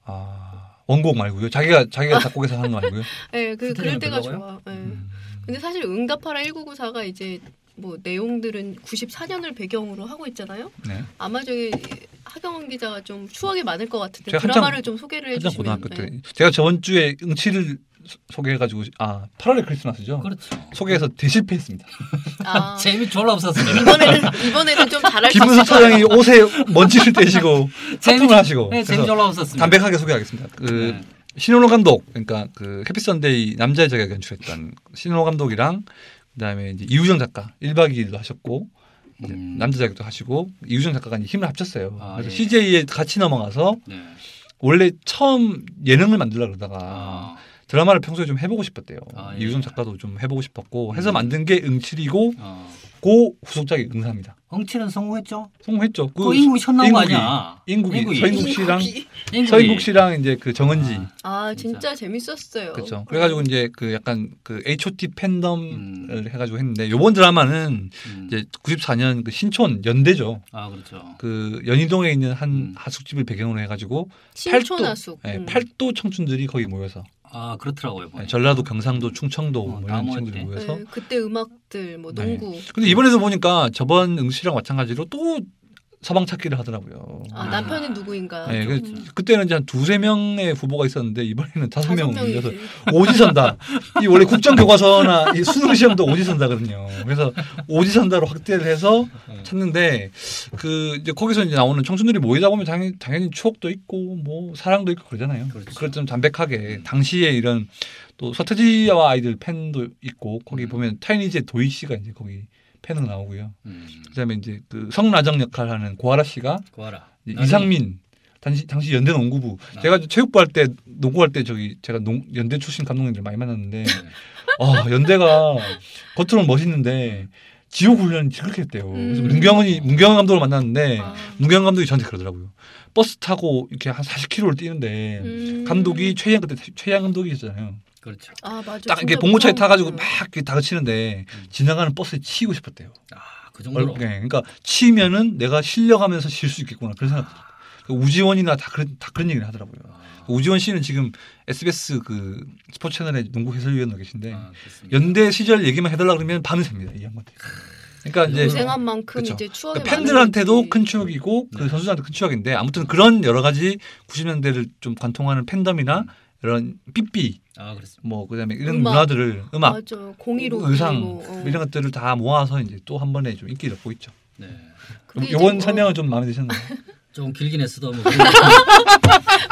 Speaker 3: 아, 원곡 말고요. 자기가 자기가 작곡해서 하는 음. 거
Speaker 2: (laughs)
Speaker 3: 아니고요.
Speaker 2: 예, 그
Speaker 1: 스타일이
Speaker 2: 그럴 때가
Speaker 1: 별로가요?
Speaker 2: 좋아. 예. 근데 사실 응답하라 1994가 이제 뭐 내용들은 94년을 배경으로 하고 있잖아요.
Speaker 3: 네.
Speaker 2: 아마 저기 하경원 기자가 좀 추억이 많을 것 같은데
Speaker 3: 제가 한창-
Speaker 2: 드라마를 좀 소개를
Speaker 3: 한창
Speaker 2: 해주시면
Speaker 3: 고등학교 때
Speaker 2: 네.
Speaker 3: 제가 저번 주에 응치를 소- 소개해가지고 아 8월의 크리스마스죠.
Speaker 1: 그렇죠.
Speaker 3: 소개해서 대실패했습니다.
Speaker 2: 아,
Speaker 1: 어. 재미 졸라
Speaker 3: 음.
Speaker 1: 없었습니다.
Speaker 2: 이번에는 이번에는 좀 잘할 수
Speaker 3: 김문석
Speaker 2: 있을 것
Speaker 3: 사장이 옷에
Speaker 1: (laughs)
Speaker 3: 먼지를 떼시고
Speaker 1: 재미-
Speaker 3: 화통을 하시고
Speaker 1: 네, 재미
Speaker 3: 그래서 음.
Speaker 1: 졸라 없었습니다.
Speaker 3: 담백하게 소개하겠습니다. 그
Speaker 1: 네.
Speaker 3: 신현호 감독 그러니까 그 해피선데이 남자의 자가 연출했던 신현호 감독이랑 그다음에 이제 이우정 작가 1박 2일도 하셨고 이제
Speaker 1: 음.
Speaker 3: 남자 자격도 하시고 이우정 작가가 이제 힘을 합쳤어요.
Speaker 1: 아,
Speaker 3: 그래서
Speaker 1: 예.
Speaker 3: CJ에 같이 넘어가서
Speaker 1: 네.
Speaker 3: 원래 처음 예능을 만들려고 그러다가
Speaker 1: 아,
Speaker 3: 드라마를 평소에 좀 해보고 싶었대요.
Speaker 1: 아, 예.
Speaker 3: 이우정 작가도 좀 해보고 싶었고 해서
Speaker 1: 음.
Speaker 3: 만든 게 응칠이고
Speaker 1: 어.
Speaker 3: 고 후속작이 응사입니다.
Speaker 1: 엉치는 성공했죠?
Speaker 3: 성공했죠.
Speaker 1: 그, 인국이 첫 나온 거
Speaker 3: 인국이,
Speaker 1: 아니야?
Speaker 3: 인국이,
Speaker 2: 같아요.
Speaker 3: 서인국 씨랑
Speaker 2: 인국이.
Speaker 1: 인국이.
Speaker 3: 서인국 씨랑 이제 그 정은지
Speaker 1: 아,
Speaker 2: 아 진짜 재밌었어요. 음.
Speaker 3: 그렇죠. 그래가지고 이제 그 약간 그 H.O.T 팬덤을
Speaker 1: 음.
Speaker 3: 해가지고 했는데 요번 드라마는
Speaker 1: 음.
Speaker 3: 이제 94년 그 신촌 연대죠.
Speaker 1: 아 그렇죠.
Speaker 3: 그 연희동에 있는 한
Speaker 1: 음.
Speaker 3: 하숙집을 배경으로 해가지고
Speaker 2: 신촌하숙.
Speaker 3: 예,
Speaker 2: 음.
Speaker 3: 팔도 청춘들이 거기 모여서
Speaker 1: 아 그렇더라고요.
Speaker 3: 예,
Speaker 1: 보니까.
Speaker 3: 전라도, 경상도, 충청도
Speaker 1: 어,
Speaker 3: 뭐
Speaker 1: 다
Speaker 3: 이런 친구들이
Speaker 1: 모였대.
Speaker 3: 모여서
Speaker 2: 네, 그때 음악들 뭐
Speaker 3: 네.
Speaker 2: 농구.
Speaker 3: 근데 이번에도 보니까 저번 응시랑 마찬가지로 또 서방 찾기를 하더라고요.
Speaker 2: 아, 남편이 누구인가.
Speaker 3: 네,
Speaker 2: 좀
Speaker 1: 그렇죠.
Speaker 3: 그- 그때는 이제 한 두세 명의 후보가 있었는데 이번에는 다섯
Speaker 2: 다섯
Speaker 3: 명
Speaker 2: 명이지.
Speaker 3: 올려서 오지선다. 이 원래 국정 교과서나 이 수능 시험도 오지선다거든요. 그래서 오지선다로 확대를 해서 찾는데 그 이제 거기서 이제 나오는 청춘들이 모이다 보면 당연히, 당연히 추억도 있고 뭐 사랑도 있고 그러잖아요.
Speaker 1: 그렇죠. 음.
Speaker 3: 그걸 좀 담백하게 당시에 이런 또 서태지와 아이들 팬도 있고 거기
Speaker 1: 음.
Speaker 3: 보면 타이니즈의 도희 씨가 이제 거기 팬으로 나오고요.
Speaker 1: 음.
Speaker 3: 그다음에 이제 그 성라정 역할하는 고아라 씨가
Speaker 1: 고아라.
Speaker 3: 이제
Speaker 1: 나중에-
Speaker 3: 이상민 당시 당시 연대 농구부
Speaker 1: 아.
Speaker 3: 제가 체육부 할 때 농구할 때 저기 제가 농, 연대 출신 감독님들 많이 만났는데
Speaker 1: 네.
Speaker 3: 아 연대가 겉으로는 멋있는데 지옥 훈련 그렇게 했대요. 그래서
Speaker 2: 음.
Speaker 3: 문경은이 문경은 감독을 만났는데
Speaker 2: 아.
Speaker 3: 문경 감독이 저한테 그러더라고요. 버스 타고 이렇게 한 40km를 뛰는데
Speaker 2: 음.
Speaker 3: 감독이 최양 그때 최양 감독이 있잖아요.
Speaker 1: 그렇죠.
Speaker 2: 아 맞아.
Speaker 3: 딱 이렇게
Speaker 2: 진짜
Speaker 3: 봉고차에 타가지고 막
Speaker 2: 무서웠구나.
Speaker 3: 이렇게 다그치는데
Speaker 1: 음.
Speaker 3: 지나가는 버스에 치이고 싶었대요.
Speaker 1: 아그
Speaker 3: 얼-
Speaker 1: 정도로.
Speaker 3: 네, 그러니까 치면은 내가 실려가면서 질 수 있겠구나 그런 생각. 그러니까 우지원이나 다 그런 다 그런 얘기를 하더라고요.
Speaker 1: 아,
Speaker 3: 우지원 씨는 지금 SBS 그 스포츠 채널의 농구 해설위원으로 계신데
Speaker 1: 아, 그렇습니다.
Speaker 3: 네. 연대 시절 얘기만 해달라 그러면 밤을 샙니다 이 양반들. 그러니까 이제
Speaker 2: 고생한 만큼
Speaker 3: 그쵸.
Speaker 2: 이제 추억이
Speaker 3: 그러니까 팬들한테도
Speaker 2: 많은 거지.
Speaker 3: 큰 추억이고 그
Speaker 1: 네.
Speaker 3: 선수들한테 큰 추억인데 아무튼 그런 여러 가지 90년대를 좀 관통하는 팬덤이나
Speaker 1: 음.
Speaker 3: 이런 삐삐
Speaker 1: 아 그렇습니다.
Speaker 3: 뭐 그다음에 이런
Speaker 2: 음악.
Speaker 3: 문화들을 음악
Speaker 2: 맞아. 공의로
Speaker 3: 의상 뭐
Speaker 2: 그리고, 어.
Speaker 3: 이런 것들을 다 모아서 이제 또 한 번에 좀 인기를 얻고 있죠.
Speaker 1: 네.
Speaker 2: 그게 이제
Speaker 3: 요번
Speaker 2: 뭐
Speaker 3: 설명은 좀 마음에 드셨나요?
Speaker 1: 좀 길긴 했어도 뭐
Speaker 2: (laughs)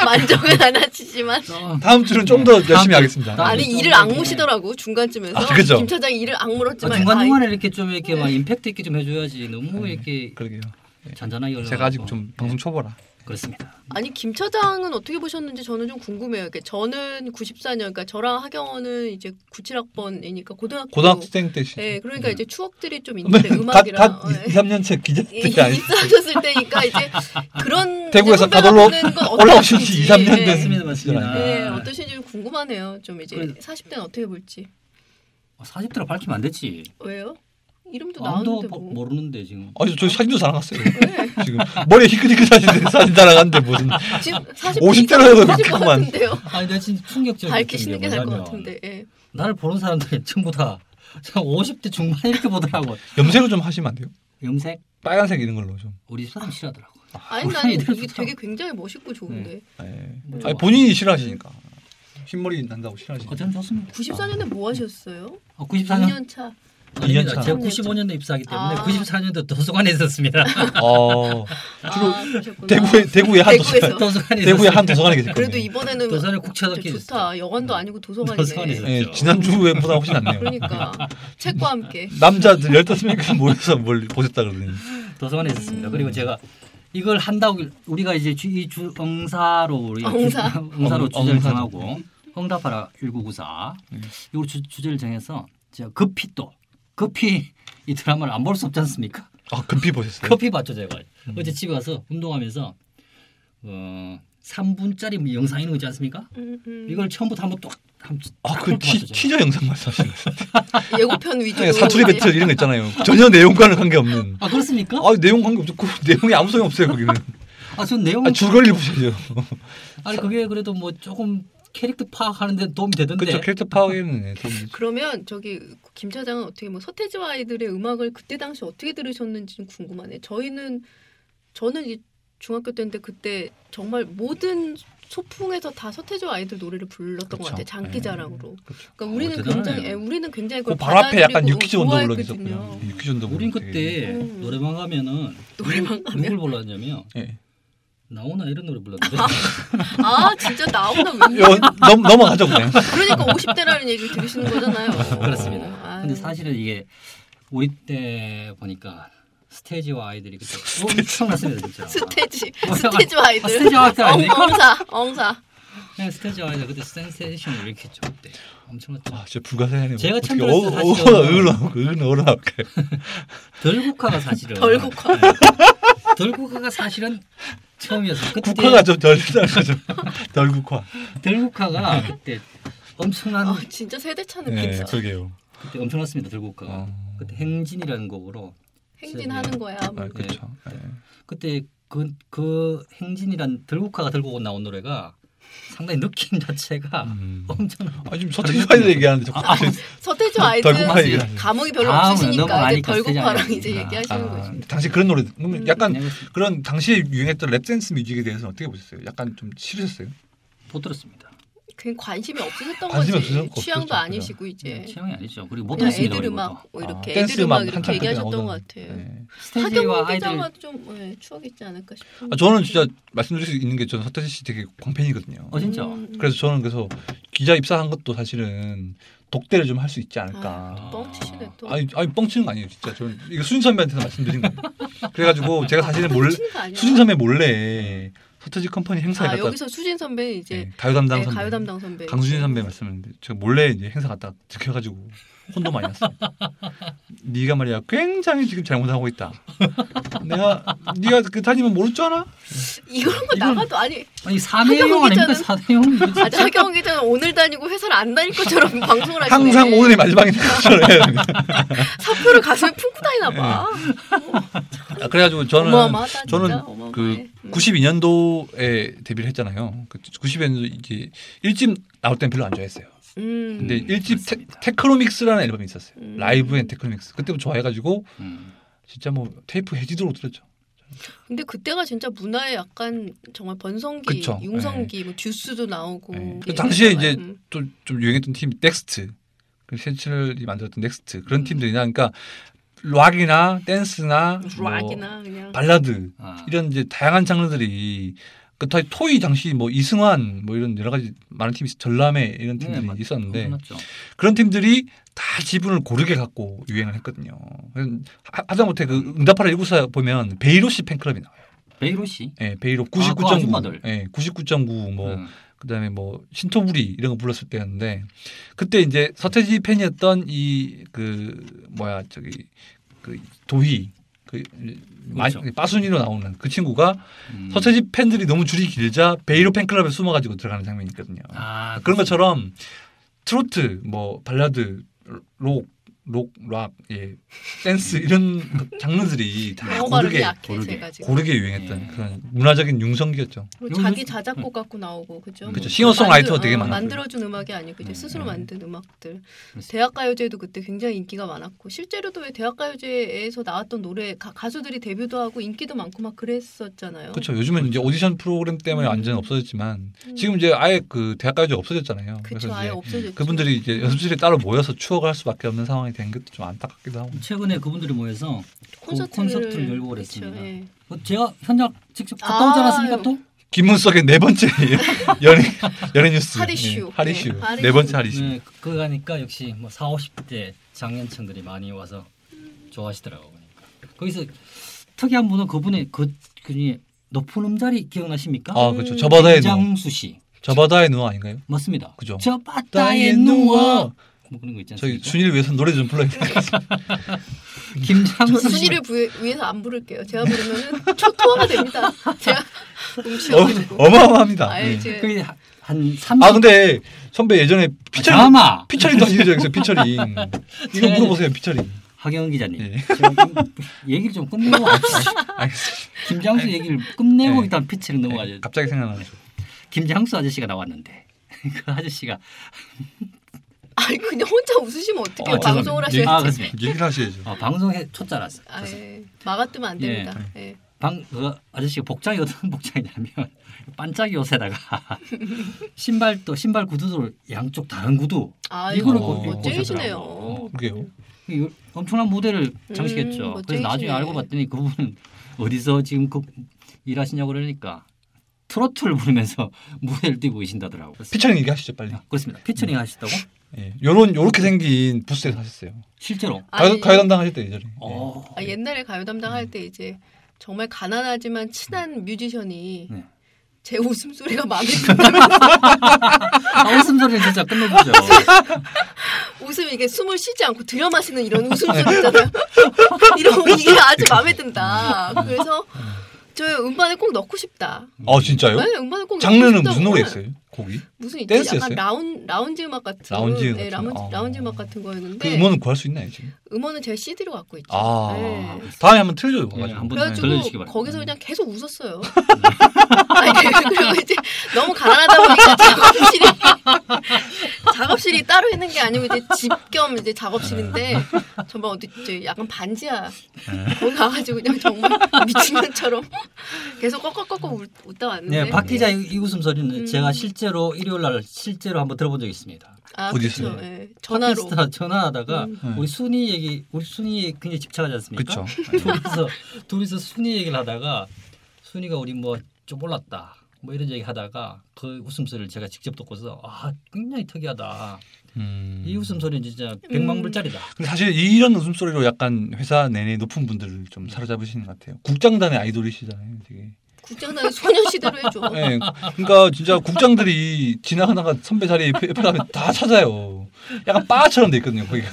Speaker 2: 만족은 안 하시지만
Speaker 3: (laughs)
Speaker 1: 좀 아,
Speaker 3: 다음 주는 좀 더
Speaker 1: 다음
Speaker 3: 열심히
Speaker 1: 주-
Speaker 3: 하겠습니다. 네,
Speaker 1: 다음
Speaker 2: 아니
Speaker 1: 좀
Speaker 2: 이를
Speaker 1: 좀
Speaker 2: 악무시더라고 중간쯤에서
Speaker 3: 그렇죠. 아, 그죠.
Speaker 2: 김 차장이 이를 악물었지만
Speaker 1: 아, 중간 중간에 이렇게 좀 이렇게
Speaker 2: 네.
Speaker 1: 막 임팩트 있게 좀 해줘야지 너무
Speaker 3: 네,
Speaker 1: 이렇게
Speaker 3: 그러게요.
Speaker 1: 잔잔하게 올라.
Speaker 3: 제가 아직
Speaker 1: 어,
Speaker 3: 좀 방송
Speaker 1: 네.
Speaker 3: 초보라.
Speaker 1: 그렇습니다.
Speaker 2: 아이, 아니 김 차장은 어떻게 보셨는지 저는 좀 궁금해요. 그러니까 저는 94년 그러니까 저랑 하경원은 이제 97학번이니까 고등학교
Speaker 3: 고등학생 때 시.
Speaker 2: 네, 그러니까 이제 추억들이 좀
Speaker 3: 음. 네,
Speaker 2: 있는데 음악이랑
Speaker 3: 갓
Speaker 2: 어,
Speaker 3: 2, 3년째 기자
Speaker 2: 예.
Speaker 3: 때가 아니
Speaker 2: 있어졌을 때니까 이제 그런
Speaker 3: (laughs) 대구에서
Speaker 2: 이제
Speaker 3: 가돌로
Speaker 2: 선배가 보는 건
Speaker 3: 올라오신 지
Speaker 2: 어떠신지.
Speaker 3: 이, 삼년
Speaker 2: 예.
Speaker 3: 됐습니다.
Speaker 1: 맞습니다, 맞습니다.
Speaker 3: 아.
Speaker 2: 네, 어떠신지 좀 궁금하네요. 좀 이제
Speaker 1: 그래.
Speaker 2: 40대는 어떻게 볼지.
Speaker 1: 어, 40대로 밝히면 안 됐지.
Speaker 2: 왜요? 이름도
Speaker 1: 아무도
Speaker 2: 나오는데
Speaker 1: 보-
Speaker 2: 뭐.
Speaker 1: 모르는데 지금.
Speaker 3: 아니 저 사진도 자랑갔어요.
Speaker 2: 네.
Speaker 3: 지금 머리에 희끗희끗하신데 사진 자랑하는데 무슨
Speaker 2: 지금 40대
Speaker 3: 50대로 해도 그렇구만.
Speaker 2: 같은데요.
Speaker 1: 아니 내가 진짜 충격적이었던
Speaker 2: 밝히시는 게 나을 것
Speaker 1: 뭐냐면
Speaker 2: 같은데. 예.
Speaker 1: 나를 보는 사람들이 전부 다 (laughs) 50대 중반 이렇게 보더라고.
Speaker 3: 염색을 좀 하시면 안 돼요?
Speaker 1: 염색
Speaker 3: 빨간색 이런 걸로 좀.
Speaker 1: 우리 집 사람 싫어하더라고.
Speaker 2: 아니 나는 이게 되게 굉장히 멋있고 좋은데.
Speaker 3: 예.
Speaker 1: 뭐.
Speaker 3: 아니 본인이 싫어하시니까 흰머리 난다고 싫어하시니까.
Speaker 1: 어쨌든 좋습니다.
Speaker 2: 94년에 뭐 하셨어요?
Speaker 1: 아, 94년
Speaker 2: 2년 차.
Speaker 3: 이년
Speaker 1: 아닙니다.
Speaker 3: 차.
Speaker 1: 제가 95년도 입사하기 때문에
Speaker 2: 아.
Speaker 1: 94년도 도서관에 있었습니다.
Speaker 3: 어,
Speaker 2: 아, 그러셨구나.
Speaker 3: 대구에 대구에 한 도서
Speaker 2: 대구에서.
Speaker 1: (laughs) 도서관에
Speaker 3: 대구에
Speaker 1: 있었습니다.
Speaker 3: 한 도서관에 계실
Speaker 2: 그래도
Speaker 3: 거예요.
Speaker 2: 이번에는
Speaker 1: 도서관에
Speaker 2: 진짜
Speaker 1: 국채학교
Speaker 2: 좋다. 여관도 아니고
Speaker 1: 도서관에서.
Speaker 2: 도서관이네.
Speaker 3: 예, 지난주보다 훨씬 낫네요.
Speaker 2: 그러니까 책과
Speaker 3: (laughs)
Speaker 2: 함께.
Speaker 3: 남자들 15명이 모여서 뭘 보셨다 그러더니
Speaker 1: 도서관에 있었습니다. 그리고 제가 이걸 한다고 우리가 이제 주, 이 주, 응사로 우리
Speaker 2: 엉사?
Speaker 1: 주, 응사로
Speaker 3: 엉-
Speaker 1: 주제를
Speaker 3: 엉사죠. 음.
Speaker 1: 정하고 응답하라 1994 이걸 주, 주제를 정해서 제가 급히 또 급히 이 드라마를 안 볼 수 없지 않습니까?
Speaker 3: 아, 금피 보셨어요?
Speaker 1: 커피 봤죠 제가
Speaker 3: 음.
Speaker 1: 어제 집에 와서 운동하면서 어 3분짜리 뭐 영상 있는 거 있지 않습니까?
Speaker 2: 음, 음.
Speaker 1: 이걸 처음부터 한번 뚝 한번 쭉
Speaker 3: 아, 그
Speaker 1: 한번
Speaker 3: 티,
Speaker 1: 봤죠, 제가.
Speaker 3: 티저 영상 말씀하시는
Speaker 2: 예고편
Speaker 3: (laughs) 거예요.
Speaker 2: 위주로
Speaker 3: 사투리
Speaker 2: 이제
Speaker 3: 배틀 이런 거 있잖아요. 전혀 내용과는 관계없는.
Speaker 1: 아 그렇습니까?
Speaker 3: 아, 내용 관계없죠. 그 내용이 아무 소용 없어요, 거기는.
Speaker 1: 아 전 내용
Speaker 3: 아, 줄거리를 보셔야죠.
Speaker 1: 아니 그게 그래도 뭐 조금 캐릭터 파악하는데 도움이 되던데
Speaker 3: 그렇죠. 캐릭터 파악에는 예, 도움이 되죠.
Speaker 2: 그러면 저기 김 차장은 어떻게 뭐 서태지와 아이들의 음악을 그때 당시 어떻게 들으셨는지 좀 궁금하네. 저희는 저는 이 중학교 때인데 그때 정말 모든 소풍에서 다 서태지와 아이들 노래를 불렀던 것
Speaker 3: 그쵸.
Speaker 2: 같아요. 장기자랑으로.
Speaker 3: 그렇죠.
Speaker 2: 그러니까 우리는
Speaker 1: 어, 대단하네요.
Speaker 2: 굉장히 예, 우리는 굉장히
Speaker 3: 예. 그
Speaker 2: 그걸
Speaker 3: 발 앞에 약간
Speaker 2: 받아들이고
Speaker 3: 유키즈 언더 블럭이
Speaker 2: 좋아했거든요.
Speaker 3: 있었고요. 유키즈 언더 블럭.
Speaker 1: 우린
Speaker 3: 되게-
Speaker 1: 그때
Speaker 2: 음.
Speaker 1: 노래방 가면은
Speaker 2: 노래방 가면?
Speaker 1: 누굴 불렀냐면
Speaker 3: 예.
Speaker 1: 나오나 이런 노래 불렀는데
Speaker 2: 아 진짜 나오나 왜?
Speaker 3: 요, 넘, 넘어가죠, 그냥.
Speaker 2: 그러니까 50대라는 얘기를 들으시는 거잖아요.
Speaker 1: (laughs) 그렇습니다.
Speaker 2: 아유.
Speaker 1: 근데 사실은 이게 우리 때 보니까 스테이지와 아이들이 그때 엄청났습니다 진짜
Speaker 2: (laughs) 스테지
Speaker 1: 어, (laughs)
Speaker 2: 스테지와
Speaker 1: 아,
Speaker 2: 아이들.
Speaker 1: 스테이지와 아이들 아닙니까?
Speaker 2: 엉사 엉사.
Speaker 1: 네, 스테이지 와이드 그때 센세이션을 이렇게 했죠 그때 엄청났죠.
Speaker 3: 아, 진짜 불가사의하네요.
Speaker 1: 제가
Speaker 3: 어떻게
Speaker 1: 참
Speaker 3: 어
Speaker 1: 들었어요,
Speaker 3: 어,
Speaker 1: 사실은.
Speaker 3: 어, 으르나오고, 으르나오고.
Speaker 1: 덜국화가 사실은
Speaker 2: 덜국화.
Speaker 1: 네. 덜국화가 사실은 처음이었어요. 그때
Speaker 3: 국화가 좀 덜, 좀, 덜 국화.
Speaker 1: 덜국화가 그때 엄청난
Speaker 2: 아 진짜 세대 차는
Speaker 3: 네,
Speaker 2: 네,
Speaker 3: 그러게요.
Speaker 1: 그때 엄청났습니다. 덜국화가
Speaker 3: 어.
Speaker 1: 그때 행진이라는 곡으로
Speaker 2: 행진하는 거야. 뭐.
Speaker 3: 아, 그렇죠. 예.
Speaker 1: 그때 그, 그 행진이란 덜국화가 들고 나온 노래가 상당히 느낌 자체가
Speaker 3: 음.
Speaker 1: 엄청나.
Speaker 3: 아 지금 서태지 파일 얘기하는데 자꾸
Speaker 1: 아, 아,
Speaker 2: 서태지
Speaker 3: 덜국화
Speaker 2: 아이들은
Speaker 3: 얘기를
Speaker 2: 감흥이 별로
Speaker 1: 다음은 너무
Speaker 2: 없으시니까 아. 이제
Speaker 1: 아니까
Speaker 2: 덜국화랑
Speaker 1: 쓰지
Speaker 2: 이제
Speaker 1: 않겠구나.
Speaker 2: 얘기하시는
Speaker 3: 아.
Speaker 2: 거죠.
Speaker 3: 당시 그런 노래 그러면
Speaker 2: 음.
Speaker 3: 약간
Speaker 1: 그냥
Speaker 3: 그런 당시에 유행했던 랩댄스 뮤직에 대해서는 어떻게 보셨어요? 약간 좀 싫으셨어요?
Speaker 2: 아,
Speaker 1: 못 들었습니다.
Speaker 2: 그냥 관심이 없으셨던
Speaker 3: 관심이
Speaker 2: 거지.
Speaker 3: 없으셨고
Speaker 2: 취향도
Speaker 3: 없었죠, 네.
Speaker 2: 아니시고 이제
Speaker 1: 뭐 취향이 아니죠. 그리고 못
Speaker 2: 예. 그냥
Speaker 1: 들었습니다.
Speaker 2: 애들
Speaker 1: 그리고
Speaker 2: 음악 뭐
Speaker 3: 아,
Speaker 2: 이렇게
Speaker 3: 댄스
Speaker 2: 애들 음악
Speaker 3: 음악
Speaker 2: 이렇게
Speaker 3: 한창 그때
Speaker 2: 얘기하셨던
Speaker 3: 나오던-
Speaker 2: 것 같아요.
Speaker 3: 네.
Speaker 1: 또.
Speaker 2: 하경원
Speaker 1: 스테이지와 아이들
Speaker 2: 기자가 좀 예, 추억이 있지 않을까 음, 싶어요.
Speaker 3: 아, 저는 진짜 말씀드릴 수 있는 게 저는 서태지 씨 되게 광팬이거든요.
Speaker 2: 네.
Speaker 1: 어, 진짜?
Speaker 2: 음.
Speaker 3: 그래서 저는 그래서 기자 입사한 것도 사실은 독대를 좀 할 수 있지
Speaker 2: 아,
Speaker 3: 않을까.
Speaker 2: 뻥치시네 또.
Speaker 3: 아니 아니 뻥치는 거 아니에요 진짜 저는 이거 수진 선배한테서 말씀드린 거예요. 그래가지고 제가 사실은 몰래
Speaker 2: 뻥치는 거 아니야? 음.
Speaker 3: 수진 선배 몰래 서태지 컴퍼니 행사에
Speaker 2: 아
Speaker 3: 갔다
Speaker 2: 여기서 수진 선배 이제
Speaker 3: 네, 가요 담당
Speaker 2: 네,
Speaker 3: 선배
Speaker 2: 가요 담당 선배 네.
Speaker 3: 강수진 선배 말씀인데 제가 몰래 이제 행사 갔다 들켜가지고 혼도 많이
Speaker 2: (laughs)
Speaker 3: 났어. 네가 말이야 굉장히 지금 잘못하고 있다. 내가 네가 그 다니면 모를 줄 알아?
Speaker 2: 이런 거 나가도 아니
Speaker 1: 아니 사내용
Speaker 2: 하경
Speaker 1: 아닙니까
Speaker 2: 기자는-
Speaker 1: 사내용
Speaker 2: 아, 하경 기자는 오늘 다니고 회사를 안 다닐
Speaker 3: (laughs)
Speaker 2: 것처럼 방송을 그러니까 하시네.
Speaker 3: 항상 오늘이 마지막인 네. 것처럼.
Speaker 2: (laughs)
Speaker 3: 해야 됩니다.
Speaker 2: 사표를 가슴에 품고 다니나 봐.
Speaker 3: 아, 그래가지고 네. 저는
Speaker 2: 어마어마하다.
Speaker 3: 저는
Speaker 2: 진짜. 어마어마해.
Speaker 3: 그
Speaker 2: 음.
Speaker 3: 92년도에 데뷔를 했잖아요. 그 90년도 이제 일집 나올 땐 별로 안 좋아했어요.
Speaker 2: 음.
Speaker 3: 근데
Speaker 1: 음,
Speaker 3: 일집 테,
Speaker 1: 맞습니다.
Speaker 3: 테크노믹스라는 앨범이 있었어요.
Speaker 2: 음.
Speaker 3: 라이브 앤 테크노믹스. 그때부터 좋아해가지고
Speaker 1: 음.
Speaker 3: 진짜 뭐 테이프 해지도록 들었죠.
Speaker 2: 근데 그때가 진짜 문화의 약간 정말 번성기,
Speaker 3: 그쵸.
Speaker 2: 융성기, 뭐 듀스도 나오고.
Speaker 3: 네.
Speaker 2: 이게
Speaker 3: 당시에
Speaker 2: 있잖아요.
Speaker 3: 이제
Speaker 2: 음.
Speaker 3: 또 좀 유행했던 팀이 넥스트. 그 셰칠이 만들었던 넥스트 그런
Speaker 2: 음.
Speaker 3: 팀들이나 그러니까 락이나 댄스나 뭐
Speaker 2: 락이나 그냥
Speaker 3: 발라드
Speaker 1: 아.
Speaker 3: 이런 이제 다양한 장르들이 그 다- 토이 당시 뭐 이승환 뭐 이런 여러 가지 많은 팀이 있- 전람회 이런
Speaker 1: 네,
Speaker 3: 팀들이
Speaker 1: 맞-
Speaker 3: 있었는데
Speaker 1: 그건 맞죠.
Speaker 3: 그런 팀들이 다 지분을 고르게 갖고 유행을 했거든요. 하- 하다못해 그 응답하라 194 보면 베이로 씨 팬클럽이 나와요.
Speaker 1: 베이로 씨.
Speaker 3: 예, 베이로
Speaker 1: 그
Speaker 3: 99.9,
Speaker 1: 아줌마들.
Speaker 3: 예, 99.9뭐
Speaker 1: 음.
Speaker 3: 그다음에 뭐 신토부리 이런 거 불렀을 때였는데 그때 이제 서태지 팬이었던 이 그 뭐야 저기 그 도희 그 마-
Speaker 1: 그렇죠.
Speaker 3: 빠순이로 나오는 그 친구가
Speaker 1: 음.
Speaker 3: 서태지 팬들이 너무 줄이 길자 베이로 팬클럽에 숨어가지고 들어가는 장면이 있거든요.
Speaker 1: 아,
Speaker 3: 그런
Speaker 1: 그렇죠.
Speaker 3: 것처럼 트로트, 뭐 발라드, 록, 록, 락, 예, 댄스
Speaker 1: (laughs)
Speaker 3: 이런 장르들이 다
Speaker 2: 영어 발음이
Speaker 3: 고르게
Speaker 2: 약해
Speaker 1: 고르게.
Speaker 2: 제가 지금.
Speaker 3: 고르게 유행했던
Speaker 1: 예.
Speaker 3: 그런 문화적인 융성기였죠.
Speaker 2: 그리고 자기 자작곡 갖고 나오고 그죠? 뭐
Speaker 1: 그쵸,
Speaker 3: 싱어송라이터 되게 많았고요.
Speaker 2: 만들어준 음악이 아니고 이제 스스로
Speaker 3: 음.
Speaker 2: 만든 음악들.
Speaker 1: 그렇습니다.
Speaker 2: 대학가요제도 그때 굉장히 인기가 많았고 실제로도 왜 대학가요제에서 나왔던 노래 가, 가수들이 데뷔도 하고 인기도 많고 막 그랬었잖아요.
Speaker 3: 그렇죠. 요즘은 이제 오디션 프로그램 때문에
Speaker 2: 음.
Speaker 3: 완전 없어졌지만
Speaker 2: 음.
Speaker 3: 지금 이제 아예 그 대학까지 없어졌잖아요.
Speaker 2: 그쵸 아예
Speaker 3: 이제
Speaker 2: 없어졌죠.
Speaker 3: 그분들이 이제 연습실에 따로 모여서 추억을 할 수밖에 없는 상황이 된 것도 좀 안타깝기도 하고.
Speaker 1: 최근에 그분들이 모여서 콘서트를, 콘서트를 열고
Speaker 2: 그쵸,
Speaker 1: 그랬습니다.
Speaker 2: 예.
Speaker 1: 어, 제가 현장 직접 갔다 오지
Speaker 2: 아,
Speaker 1: 않았습니까 또?
Speaker 3: 김문석의 네 번째 (laughs) 연예 연예 뉴스
Speaker 2: 하리슈.
Speaker 3: 예, 하리슈
Speaker 2: 네,
Speaker 3: 네,
Speaker 2: 하리슈.
Speaker 3: 번째 하리슈.
Speaker 1: 네, 그거 가니까 역시 뭐 4, 50대 장년층들이 많이 와서 좋아하시더라고요. 보니까. 거기서 특이한 분은 그분의 그 그분이 높은 음자리 기억나십니까?
Speaker 3: 아 그렇죠. 저바다의 누워.
Speaker 1: 장수 씨
Speaker 3: 저바다의 누워 아닌가요?
Speaker 1: 맞습니다.
Speaker 3: 그죠.
Speaker 1: 저 바다에 누워 뭐 그런 거 있지
Speaker 3: 저희
Speaker 1: 않습니까?
Speaker 3: 순위를 위해서 노래 좀
Speaker 1: (laughs)
Speaker 2: (laughs)
Speaker 3: 불러야겠어요.
Speaker 2: 저
Speaker 1: 김장수 씨
Speaker 2: 순위를 부에, 위해서 안 부를게요. 제가 부르면은 초토화가 됩니다. 제가
Speaker 3: (laughs) 어,
Speaker 2: 음치어가지고.
Speaker 3: 어마어마합니다.
Speaker 2: 아,
Speaker 3: 예.
Speaker 2: 이제
Speaker 1: 거의 한- 한 30.
Speaker 3: 아 근데 선배 예전에 피처링
Speaker 1: 드라마 네.
Speaker 3: 피처링도 하신 적
Speaker 1: (laughs)
Speaker 3: 있어요. 피처링 이거
Speaker 1: 제가
Speaker 3: 물어보세요. 피처링.
Speaker 1: 하경 기자님
Speaker 3: 예.
Speaker 1: 제가 이- 얘기를 좀 끝내고 합시다.
Speaker 3: 알겠습니다.
Speaker 1: 김장수 얘기를 끝내고
Speaker 3: 네.
Speaker 1: 일단 피치를 넘어가죠.
Speaker 3: 예, 갑자기 생각나죠.
Speaker 1: 김장수 아저씨가 나왔는데 (laughs) 그 아저씨가
Speaker 2: 아니 그냥 혼자 웃으시면 어떻게
Speaker 1: 어,
Speaker 2: 요 방송을
Speaker 1: 죄송합니다. 아
Speaker 2: 하셔야지.
Speaker 1: 그렇습니다.
Speaker 3: 얘기를 하셔야죠.
Speaker 1: 아, 방송에 초짜라서
Speaker 2: 아, 예. 막아뜨면 안 됩니다. 예.
Speaker 1: 방그 아저씨가 복장이 어떤 (laughs) 복장이냐면 반짝이 옷에다가 (laughs) 신발도 신발 구두도 양쪽 다른 구두
Speaker 2: 아
Speaker 1: 이거를
Speaker 3: 어,
Speaker 1: 입고
Speaker 2: 멋쟁이시네요.
Speaker 1: 오셨더라고요.
Speaker 3: 그게요.
Speaker 1: 이거 엄청난 무대를 장식했죠.
Speaker 2: 음,
Speaker 1: 그래서 나중에
Speaker 2: 멋쟁이시네.
Speaker 1: 알고 봤더니 그분은 어디서 지금 그 일하시냐고 그러니까 트로트를 부르면서 (laughs) 무대를 뛰고 계신다더라고.
Speaker 3: 피처링 얘기하시죠 빨리.
Speaker 1: 아, 그렇습니다. 피처링 하셨다고?
Speaker 3: 예. 요런 요렇게 생긴 부스에서 하셨어요.
Speaker 1: 실제로.
Speaker 3: 가요,
Speaker 2: 아니,
Speaker 3: 가요 담당 하실 때 예전에. 예.
Speaker 1: 어.
Speaker 2: 아, 옛날에 가요 담당할 때 이제 정말 가난하지만 친한 뮤지션이
Speaker 1: 네.
Speaker 2: 제 웃음소리가 마음에 든다.
Speaker 1: 아, 웃음소리는 아, 진짜 끝내주죠.
Speaker 2: 웃음 이게 숨을 쉬지 않고 들여마시는 이런 웃음소리 있잖아요. (laughs)
Speaker 3: 그렇죠.
Speaker 2: 이런 이게 아주 마음에 든다. 그래서 저 음반에 꼭 넣고 싶다.
Speaker 3: 아 진짜요?
Speaker 2: 네, 음반에 꼭 넣고
Speaker 3: 장르는
Speaker 2: 싶다고.
Speaker 3: 무슨 노래였어요? 곡이?
Speaker 2: 무슨 있지?
Speaker 3: 댄스였어요?
Speaker 2: 약간 라운 라운지 음악 같은
Speaker 3: 라운지
Speaker 2: 네,
Speaker 3: 같은-
Speaker 2: 라운지,
Speaker 3: 아.
Speaker 2: 라운지 음악 같은
Speaker 3: 그
Speaker 2: 거였는데
Speaker 3: 음원은 구할 수 있나요 지금?
Speaker 2: 음원은 제가 CD로 갖고 있죠.
Speaker 3: 아
Speaker 2: 네.
Speaker 3: 다음에 한번 틀어줘요.
Speaker 1: 예, 한번
Speaker 2: 그래가지고
Speaker 1: 들려주시기 바랍니다. 네.
Speaker 2: 거기서 그냥 계속 웃었어요. 아니, (laughs) 그리고 이제 너무 가난하다 보니까 작업실이 작업실이 따로 있는 게 아니고 이제 집 겸 이제 작업실인데 정말 어디 저 약간 반지하
Speaker 1: 네.
Speaker 2: 거기 가가지고 그냥 정말 (laughs) 미친년처럼 계속 꺽꺽꺽꺽 웃- 웃다 왔는데.
Speaker 1: 네, 박 기자 이, 이 웃음소리는
Speaker 2: 음.
Speaker 1: 제가 실제로 일요일 날 실제로 한번 들어본 적이 있습니다.
Speaker 2: 아,
Speaker 3: 어디
Speaker 2: 그쵸.
Speaker 3: 있어요?
Speaker 2: 예, 전화로.
Speaker 1: 팟캐스트나 전화하다가
Speaker 3: 음.
Speaker 1: 우리 순이 얘기, 우리 순이 굉장히 집착하지 않습니까?
Speaker 3: 그렇죠.
Speaker 1: (laughs) 둘이서 둘이서 순이 얘기를 하다가 순이가 우리 뭐 좀 올랐다. 뭐 이런 얘기 하다가 그 웃음소리를 제가 직접 듣고서 아 굉장히 특이하다.
Speaker 3: 음.
Speaker 1: 이 웃음소리는 진짜 백만 불짜리다.
Speaker 3: 근데 사실 이런 웃음소리로 약간 회사 내내 높은 분들을 좀 사로잡으시는 것 같아요. 국장단의 아이돌이시잖아요, 되게.
Speaker 2: 국장단이 소녀시대로 해줘.
Speaker 1: 네.
Speaker 3: 예. 그러니까 진짜 국장들이 지나가다가 선배 자리에 옆에 옆에 가면 다 찾아요. 약간 바처럼 돼 있거든요 거기가.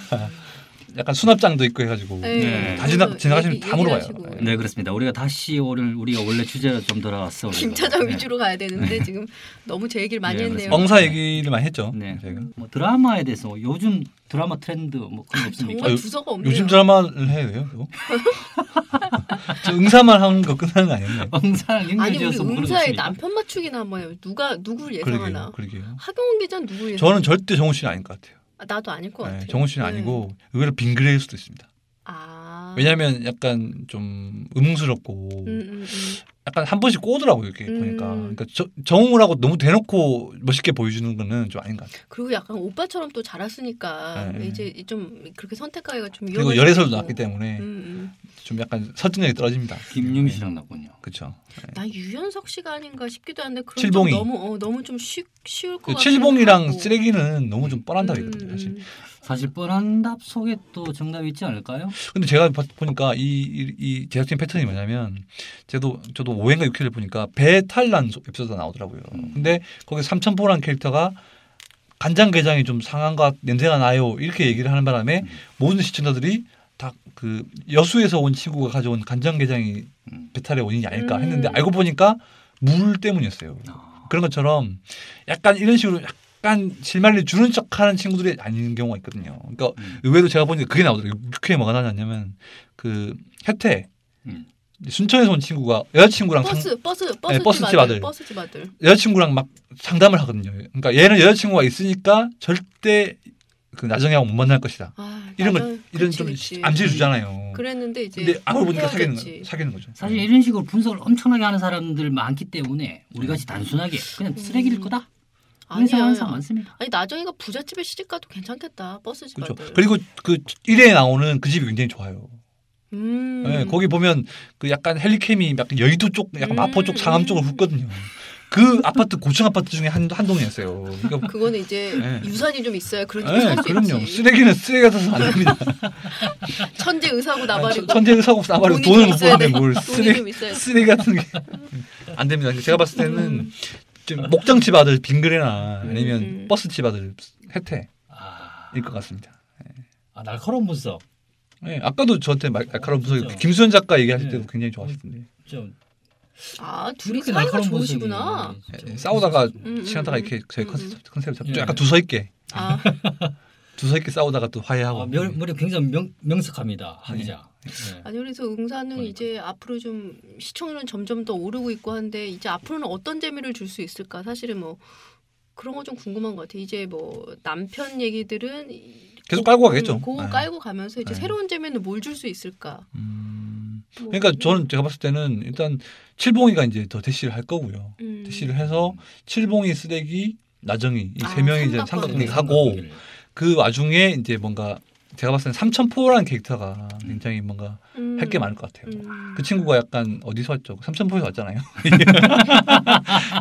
Speaker 3: 약간 수납장도 있고 해가지고
Speaker 2: 네.
Speaker 3: 다 지나
Speaker 2: 그래서
Speaker 3: 지나가시면
Speaker 2: 얘기-
Speaker 3: 다 물어봐요.
Speaker 2: 얘기하시고.
Speaker 3: 예.
Speaker 1: 네 그렇습니다. 우리가 다시 오늘 우리가 원래 주제로 좀 돌아왔어.
Speaker 2: 김 차장 위주로 가야 되는데 지금 너무 제 얘기를 많이
Speaker 1: 네,
Speaker 2: 했네요.
Speaker 1: 그렇습니다.
Speaker 3: 엉사 얘기를 많이 했죠.
Speaker 1: 네.
Speaker 3: 저희가.
Speaker 1: 뭐 드라마에 대해서 요즘 드라마 트렌드 뭐 그런 거 없습니까?
Speaker 2: 정말
Speaker 3: 아,
Speaker 2: 주소가 없네요.
Speaker 3: 요즘 드라마를 해요.
Speaker 2: (laughs)
Speaker 3: 돼요, 그거? 저 응사만 하는 거 끝나는 거 아니었나요?
Speaker 1: (laughs) 응사랑
Speaker 2: 아니 우리
Speaker 1: 연결지어서 모르겠습
Speaker 2: 응사의
Speaker 1: 니까
Speaker 2: 남편 맞추기나 한번 해요. 누가 누구를 예상하나?
Speaker 3: 그러게요. 그러게요.
Speaker 2: 하경원 기자는 누구 예상?
Speaker 3: 저는 절대 정우 씨는 아닌 것 같아요.
Speaker 2: 아, 나도 아닐 것 같아요.
Speaker 3: 네, 정우 씨는
Speaker 2: 네.
Speaker 3: 아니고 의외로 빙그레일 수도 있습니다.
Speaker 2: 아.
Speaker 3: 왜냐하면 약간 좀 음흉스럽고
Speaker 2: 음, 음, 음.
Speaker 3: 약간 한 번씩 꼬더라고요 이렇게
Speaker 2: 음.
Speaker 3: 보니까 그러니까 저, 정우라고 너무 대놓고 멋있게 보여주는 거는 좀 아닌 것 같아요.
Speaker 2: 그리고 약간 오빠처럼 또 자랐으니까
Speaker 3: 네.
Speaker 2: 이제 좀 그렇게 선택하기가 좀 위험해.
Speaker 3: 그리고 열애설도 났기 때문에
Speaker 2: 음, 음.
Speaker 3: 좀 약간 설득력이 떨어집니다.
Speaker 1: 김유미 씨랑 나군요.
Speaker 3: 그렇죠.
Speaker 2: 나 유연석 씨가 아닌가 싶기도 한데 그럼
Speaker 3: 칠봉이.
Speaker 2: 좀 너무 어, 너무 좀 쉬, 쉬울 것 같아.
Speaker 3: 그 칠봉이랑 쓰레기는 너무 좀
Speaker 2: 음.
Speaker 3: 뻔한 답이거든요. 사실.
Speaker 1: 사실 뻔한 답 속에 또 정답이 있지 않을까요?
Speaker 3: 근데 제가 봐- 보니까 이, 이, 이 제작진 패턴이 뭐냐면 저도 저도 5회인가 6회를 보니까 배탈난 소- 에피소드가 나오더라고요.
Speaker 1: 음.
Speaker 3: 근데 거기 삼천포라는 캐릭터가 간장게장이 좀 상한 것 같- 냄새가 나요 이렇게 얘기를 하는 바람에
Speaker 1: 음.
Speaker 3: 모든 시청자들이 다 그 여수에서 온 친구가 가져온 간장게장이
Speaker 1: 음.
Speaker 3: 배탈의 원인이 아닐까
Speaker 2: 음.
Speaker 3: 했는데 알고 보니까 물 때문이었어요.
Speaker 1: 아,
Speaker 3: 그런 것처럼 약간 이런 식으로 약간 실마리를 주는 척하는 친구들이 아닌 경우가 있거든요. 그러니까
Speaker 1: 음.
Speaker 3: 의외로 제가 보니까 그게 나오더라고요. 육회에 뭐가 나왔냐면 그 혜태
Speaker 1: 음.
Speaker 3: 순천에서 온 친구가 여자친구랑 상-
Speaker 2: 버스 버스 버스
Speaker 3: 네, 버스집 아들.
Speaker 2: 버스집 아들.
Speaker 3: 여자친구랑 막 상담을 하거든요. 그러니까 얘는 여자친구가 있으니까 절대 그 나정이하고 못 만날 것이다.
Speaker 2: 아,
Speaker 3: 이런 걸-
Speaker 2: 나는-
Speaker 3: 이런
Speaker 2: 그치,
Speaker 3: 좀
Speaker 2: 그치.
Speaker 3: 암시를 주잖아요.
Speaker 2: 그랬는데 이제
Speaker 3: 근데 아무리 보니까 사귀는,
Speaker 2: 헤어졌지.
Speaker 3: 거, 사귀는 거죠. 네.
Speaker 1: 사실 이런 식으로 분석을 엄청나게 하는 사람들 많기 때문에 우리 같이 단순하게 그냥 쓰레기일 거다. 그런
Speaker 2: 음. 아니야.
Speaker 1: 상황 항상 많습니다.
Speaker 2: 아니 나정이가 부잣집에 시집 가도 괜찮겠다. 버스집
Speaker 3: 그렇죠.
Speaker 2: 아들.
Speaker 3: 그리고 그 1회에 나오는 그 집이 굉장히 좋아요.
Speaker 2: 음.
Speaker 3: 예, 거기 보면 그 약간 헬리캠이 약간 여의도 쪽, 약간
Speaker 2: 음.
Speaker 3: 마포 쪽, 상암 쪽으로 훑거든요. 그 아파트 고층 아파트 중에 한, 한 동이었어요. 그러니까
Speaker 2: 아, 그거는 이제
Speaker 3: 네.
Speaker 2: 유산이 좀 있어야 그런
Speaker 3: 예,
Speaker 2: 네,
Speaker 3: 그럼요. 쓰레기는 쓰레기 같아서 안
Speaker 2: (laughs)
Speaker 3: 됩니다.
Speaker 2: 천재 의사고 나발이고
Speaker 3: 천재를 사고 나발이 돈을 못
Speaker 2: 있어야 돼.
Speaker 3: 버는데 뭘
Speaker 2: 돈이
Speaker 3: 쓰레기
Speaker 2: 좀 있어야 돼.
Speaker 3: 쓰레기 같은 게 음, 안 됩니다. 제가 봤을 때는 좀 목장집 아들 빙그레나 아니면
Speaker 2: 음, 음.
Speaker 3: 버스집 아들 혜태일
Speaker 1: 아,
Speaker 3: 것 같습니다.
Speaker 1: 아, 날카로운 분석.
Speaker 3: 예, 아까도 저한테 말- 날카로운 분석이
Speaker 1: 그렇죠.
Speaker 3: 김수현 작가 얘기하실 때도
Speaker 1: 네.
Speaker 3: 굉장히 좋았을
Speaker 2: 음.
Speaker 3: 텐데
Speaker 1: 좀
Speaker 2: 아 둘이
Speaker 1: 이렇게
Speaker 2: 사이가
Speaker 1: 날카로운
Speaker 2: 좋으시구나.
Speaker 1: 분석이 있네, 진짜.
Speaker 3: 예, 싸우다가
Speaker 2: 음,
Speaker 3: 시간다가
Speaker 2: 음,
Speaker 3: 이렇게 저희
Speaker 2: 음, 음.
Speaker 3: 컨셉 컨셉 잡죠.
Speaker 1: 예.
Speaker 3: 약간 두서 있게
Speaker 2: 아
Speaker 3: 두서 있게 싸우다가 또 화해하고.
Speaker 1: 아, 멸, 머리 굉장히 명, 명석합니다. 하기자. 네.
Speaker 2: 아니 그래서 응사는
Speaker 1: 그러니까.
Speaker 2: 이제 앞으로 좀 시청률은 점점 더 오르고 있고 한데 이제 앞으로는 어떤 재미를 줄 수 있을까 사실은 뭐 그런 거 좀 궁금한 것 같아. 이제 뭐 남편 얘기들은 이-
Speaker 3: 계속 깔고 가겠죠.
Speaker 2: 음, 그거
Speaker 3: 예.
Speaker 2: 깔고 가면서 이제
Speaker 3: 네.
Speaker 2: 새로운 재미는 뭘 줄 수 있을까.
Speaker 3: 음,
Speaker 2: 뭐,
Speaker 3: 그러니까 저는 제가 봤을 때는 일단 칠봉이가 이제 더 대시를 할 거고요.
Speaker 2: 음.
Speaker 3: 대시를 해서 칠봉이 쓰레기 나정이 이 세
Speaker 2: 아,
Speaker 3: 명이 이제
Speaker 2: 삼각관계.
Speaker 1: 네,
Speaker 3: 삼각관계 하고 그 와중에 이제 뭔가 제가 봤을 때 삼천포라는 캐릭터가 굉장히 뭔가
Speaker 2: 음.
Speaker 3: 할 게 많을 것 같아요.
Speaker 2: 음.
Speaker 3: 그 친구가 약간 어디서 왔죠? 삼천포에서 왔잖아요. (laughs)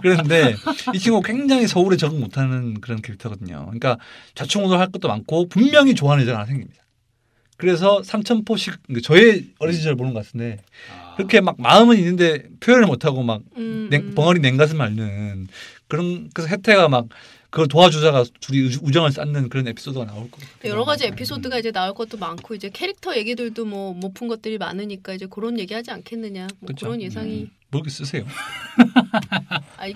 Speaker 3: 그런데 이 친구가 굉장히 서울에 적응 못하는 그런 캐릭터거든요. 그러니까 자충우돌 할 것도 많고 분명히 좋아하는 여자가 하나 생깁니다. 그래서 삼천포식 그러니까 저의 어린 시절 보는 것 같은데
Speaker 1: 아,
Speaker 3: 그렇게 막 마음은 있는데 표현을 못하고 막
Speaker 2: 음,
Speaker 3: 냉,
Speaker 2: 음.
Speaker 3: 네, 벙어리 냉가슴 앓는 그런 그래서 혜태가 막 그걸 도와주자가 둘이 우- 우정을 쌓는 그런 에피소드가 나올 거 같아요. 네,
Speaker 2: 여러 가지 에피소드가 이제 나올 것도 많고 이제 캐릭터 얘기들도 뭐 못 푼 것들이 많으니까 이제 그런 얘기하지 않겠느냐 뭐
Speaker 3: 그쵸. 음.
Speaker 2: 그런 예상이
Speaker 3: 모르게 쓰세요.
Speaker 2: 아이,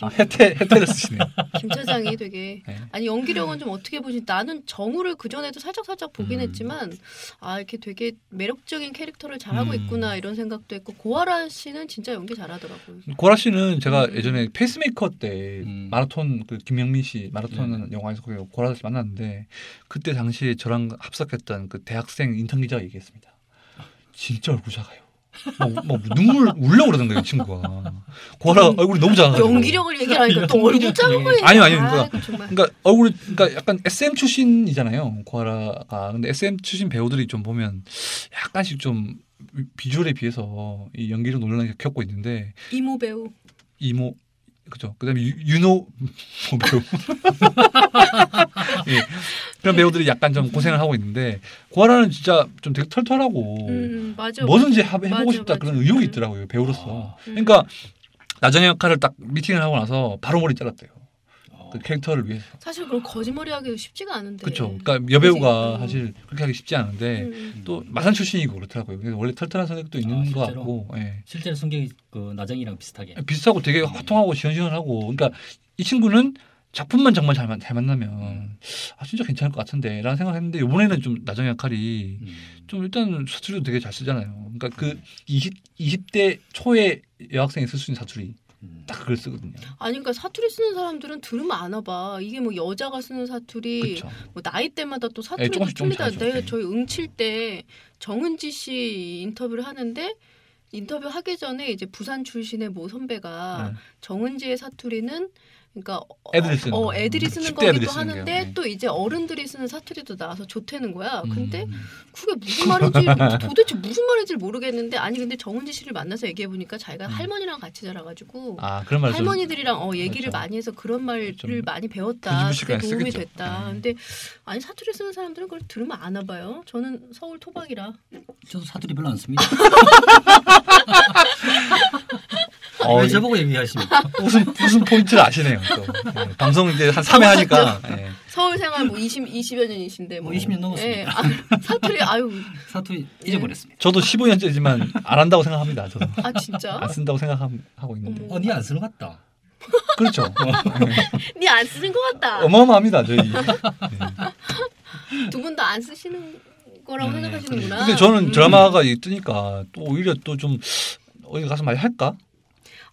Speaker 3: 아, 혜태 혜태를 쓰시네요.
Speaker 2: 김 차장이 되게
Speaker 3: 네.
Speaker 2: 아니 연기력은 좀 어떻게 보지 나는 정우를 그 전에도 살짝 살짝 보긴
Speaker 3: 음.
Speaker 2: 했지만 아 이렇게 되게 매력적인 캐릭터를 잘하고
Speaker 3: 음.
Speaker 2: 있구나 이런 생각도 했고 고아라 씨는 진짜 연기 잘하더라고요.
Speaker 3: 고라 씨는 제가
Speaker 2: 음.
Speaker 3: 예전에 페이스메이커 때
Speaker 1: 음.
Speaker 3: 마라톤 그 김영민 씨
Speaker 2: 네.
Speaker 3: 마라톤 영화에서 거기 고라 씨 만났는데 그때 당시에 저랑 합석했던 그 대학생 인턴 기자가 얘기했습니다. 진짜 얼굴 작아요. 막, 막 눈물 울려 그러던 거예요, 이 친구가. 고라
Speaker 2: 음.
Speaker 3: 얼굴이 너무 작아.
Speaker 2: 연기력을 얘기하니까 또 얼굴 작은 거 얘기해.
Speaker 3: 아니요, 아니요,
Speaker 2: 아,
Speaker 3: 그러니까-
Speaker 2: 이거 정말
Speaker 3: 그러니까 얼굴이 그러니까 약간 SM 출신이잖아요 고아라가 근데 SM 출신 배우들이 좀 보면 약간씩 좀 비주얼에 비해서 이 연기를 논란을 겪고 있는데
Speaker 2: 이모 배우
Speaker 3: 이모 그죠 그다음에 유, 윤호 (laughs) 뭐 배우 예. 그런 배우들이 약간 좀 고생을 하고 있는데 고아라는 진짜 좀 되게 털털하고
Speaker 2: 음, 맞아
Speaker 3: 뭐든지 하- 해보고
Speaker 2: 맞아,
Speaker 3: 싶다
Speaker 2: 맞아.
Speaker 3: 그런 의욕이
Speaker 2: 음.
Speaker 1: 그렇죠.
Speaker 3: 있더라고요 배우로서
Speaker 2: 음.
Speaker 3: 그러니까 나정의 역할을 딱 미팅을 하고 나서 바로 머리 잘랐대요.
Speaker 1: 아,
Speaker 3: 그 캐릭터를 위해서.
Speaker 2: 사실 그런 거짓말이 하기도 쉽지가 않은데. 음.
Speaker 3: 그렇죠. 그러니까 여배우가
Speaker 2: 그지?
Speaker 3: 사실 그렇게 하기 쉽지 않은데
Speaker 2: 음.
Speaker 3: 또 마산 출신이고 그렇더라고요. 그래서 원래 털털한 성격도 있는
Speaker 1: 아,
Speaker 3: 것
Speaker 1: 실제로?
Speaker 3: 같고 예.
Speaker 1: 실제로 성격이 그 나정이랑 비슷하게.
Speaker 3: 비슷하고 되게 화통하고 시원시원하고 그러니까 이 친구는 작품만 정말 잘, 만- 잘 만나면 아 진짜 괜찮을 것 같은데라는 생각했는데 이번에는 좀 나정의 역할이
Speaker 1: 음.
Speaker 3: 좀 일단 사투리도 되게 잘 쓰잖아요. 그러니까 그 20, 20대 초의 여학생이 쓸 수 있는 사투리
Speaker 1: 음.
Speaker 3: 딱 그걸 쓰거든요.
Speaker 2: 아니 그러니까 사투리 쓰는 사람들은 들으면 아나 봐. 이게 뭐 여자가 쓰는 사투리
Speaker 3: 그렇죠.
Speaker 2: 뭐 나이 때마다 또 사투리도
Speaker 3: 예, 조금씩 조금씩
Speaker 2: 틀리다.
Speaker 3: 하죠.
Speaker 2: 내
Speaker 3: 예.
Speaker 2: 저희 응칠 때 정은지 씨 인터뷰를 하는데 인터뷰 하기 전에 이제 부산 출신의 모 선배가
Speaker 3: 네.
Speaker 2: 정은지의 사투리는 그러니까 아, 어-
Speaker 3: 애들이 쓰는
Speaker 2: 어
Speaker 3: 거예요.
Speaker 2: 애들이 쓰는
Speaker 3: 10대
Speaker 2: 거기도
Speaker 3: 애들이 쓰는
Speaker 2: 하는데
Speaker 3: 거예요. 네.
Speaker 2: 또 이제 어른들이 쓰는 사투리도 나와서 좋다는 거야. 근데
Speaker 3: 음.
Speaker 2: 그게 무슨 말인지
Speaker 3: (laughs)
Speaker 2: 도대체 무슨 말인지 모르겠는데 아니 근데 정은지 씨를 만나서 얘기해 보니까 자기가
Speaker 3: 음.
Speaker 2: 할머니랑 같이 자라가지고
Speaker 3: 아 그런 말씀
Speaker 2: 할머니들이랑 어 얘기를
Speaker 3: 그렇죠.
Speaker 2: 많이 해서 그런 말을
Speaker 3: 좀
Speaker 2: 많이 배웠다. 그게
Speaker 3: 뒤집을 시간이
Speaker 2: 도움이
Speaker 3: 쓰겠죠.
Speaker 2: 됐다.
Speaker 3: 음.
Speaker 2: 근데 아니 사투리 쓰는 사람들은 그걸 들으면 아나 봐요. 저는 서울 토박이라.
Speaker 1: 저도 사투리 별로 안 씁니다.
Speaker 3: 어,
Speaker 1: 왜 (laughs) 저보고 얘기하십니까?
Speaker 3: 웃음 웃음 포인트를 아시네요. 또. 예, 방송 이제 한
Speaker 2: (laughs)
Speaker 3: 3회
Speaker 2: 아,
Speaker 3: 하니까 예.
Speaker 2: 서울 생활 뭐 20, 20여 년이신데 뭐.
Speaker 1: 뭐 20년 넘었습니다.
Speaker 2: 예. 아, 사투리 아유.
Speaker 1: 사투리 잊어버렸습니다.
Speaker 3: 저도 15년째지만 안 한다고 생각합니다. 저도
Speaker 2: 아 진짜?
Speaker 3: 안 쓴다고 생각하고
Speaker 2: 음.
Speaker 3: 있는데
Speaker 1: 어, 니안 쓰는 것 같다.
Speaker 2: (laughs)
Speaker 3: 그렇죠.
Speaker 2: 아.
Speaker 3: 예.
Speaker 2: 니 안 쓰는 것 같다.
Speaker 3: 어마어마합니다 저희. 네.
Speaker 2: 아. 두 분 다 안 쓰시는 거라고
Speaker 1: 네,
Speaker 2: 생각하시는구나.
Speaker 3: 음, 근데 저는
Speaker 2: 음.
Speaker 3: 드라마가 이- 뜨니까 또 오히려 또 좀 어디 가서 많이 할까?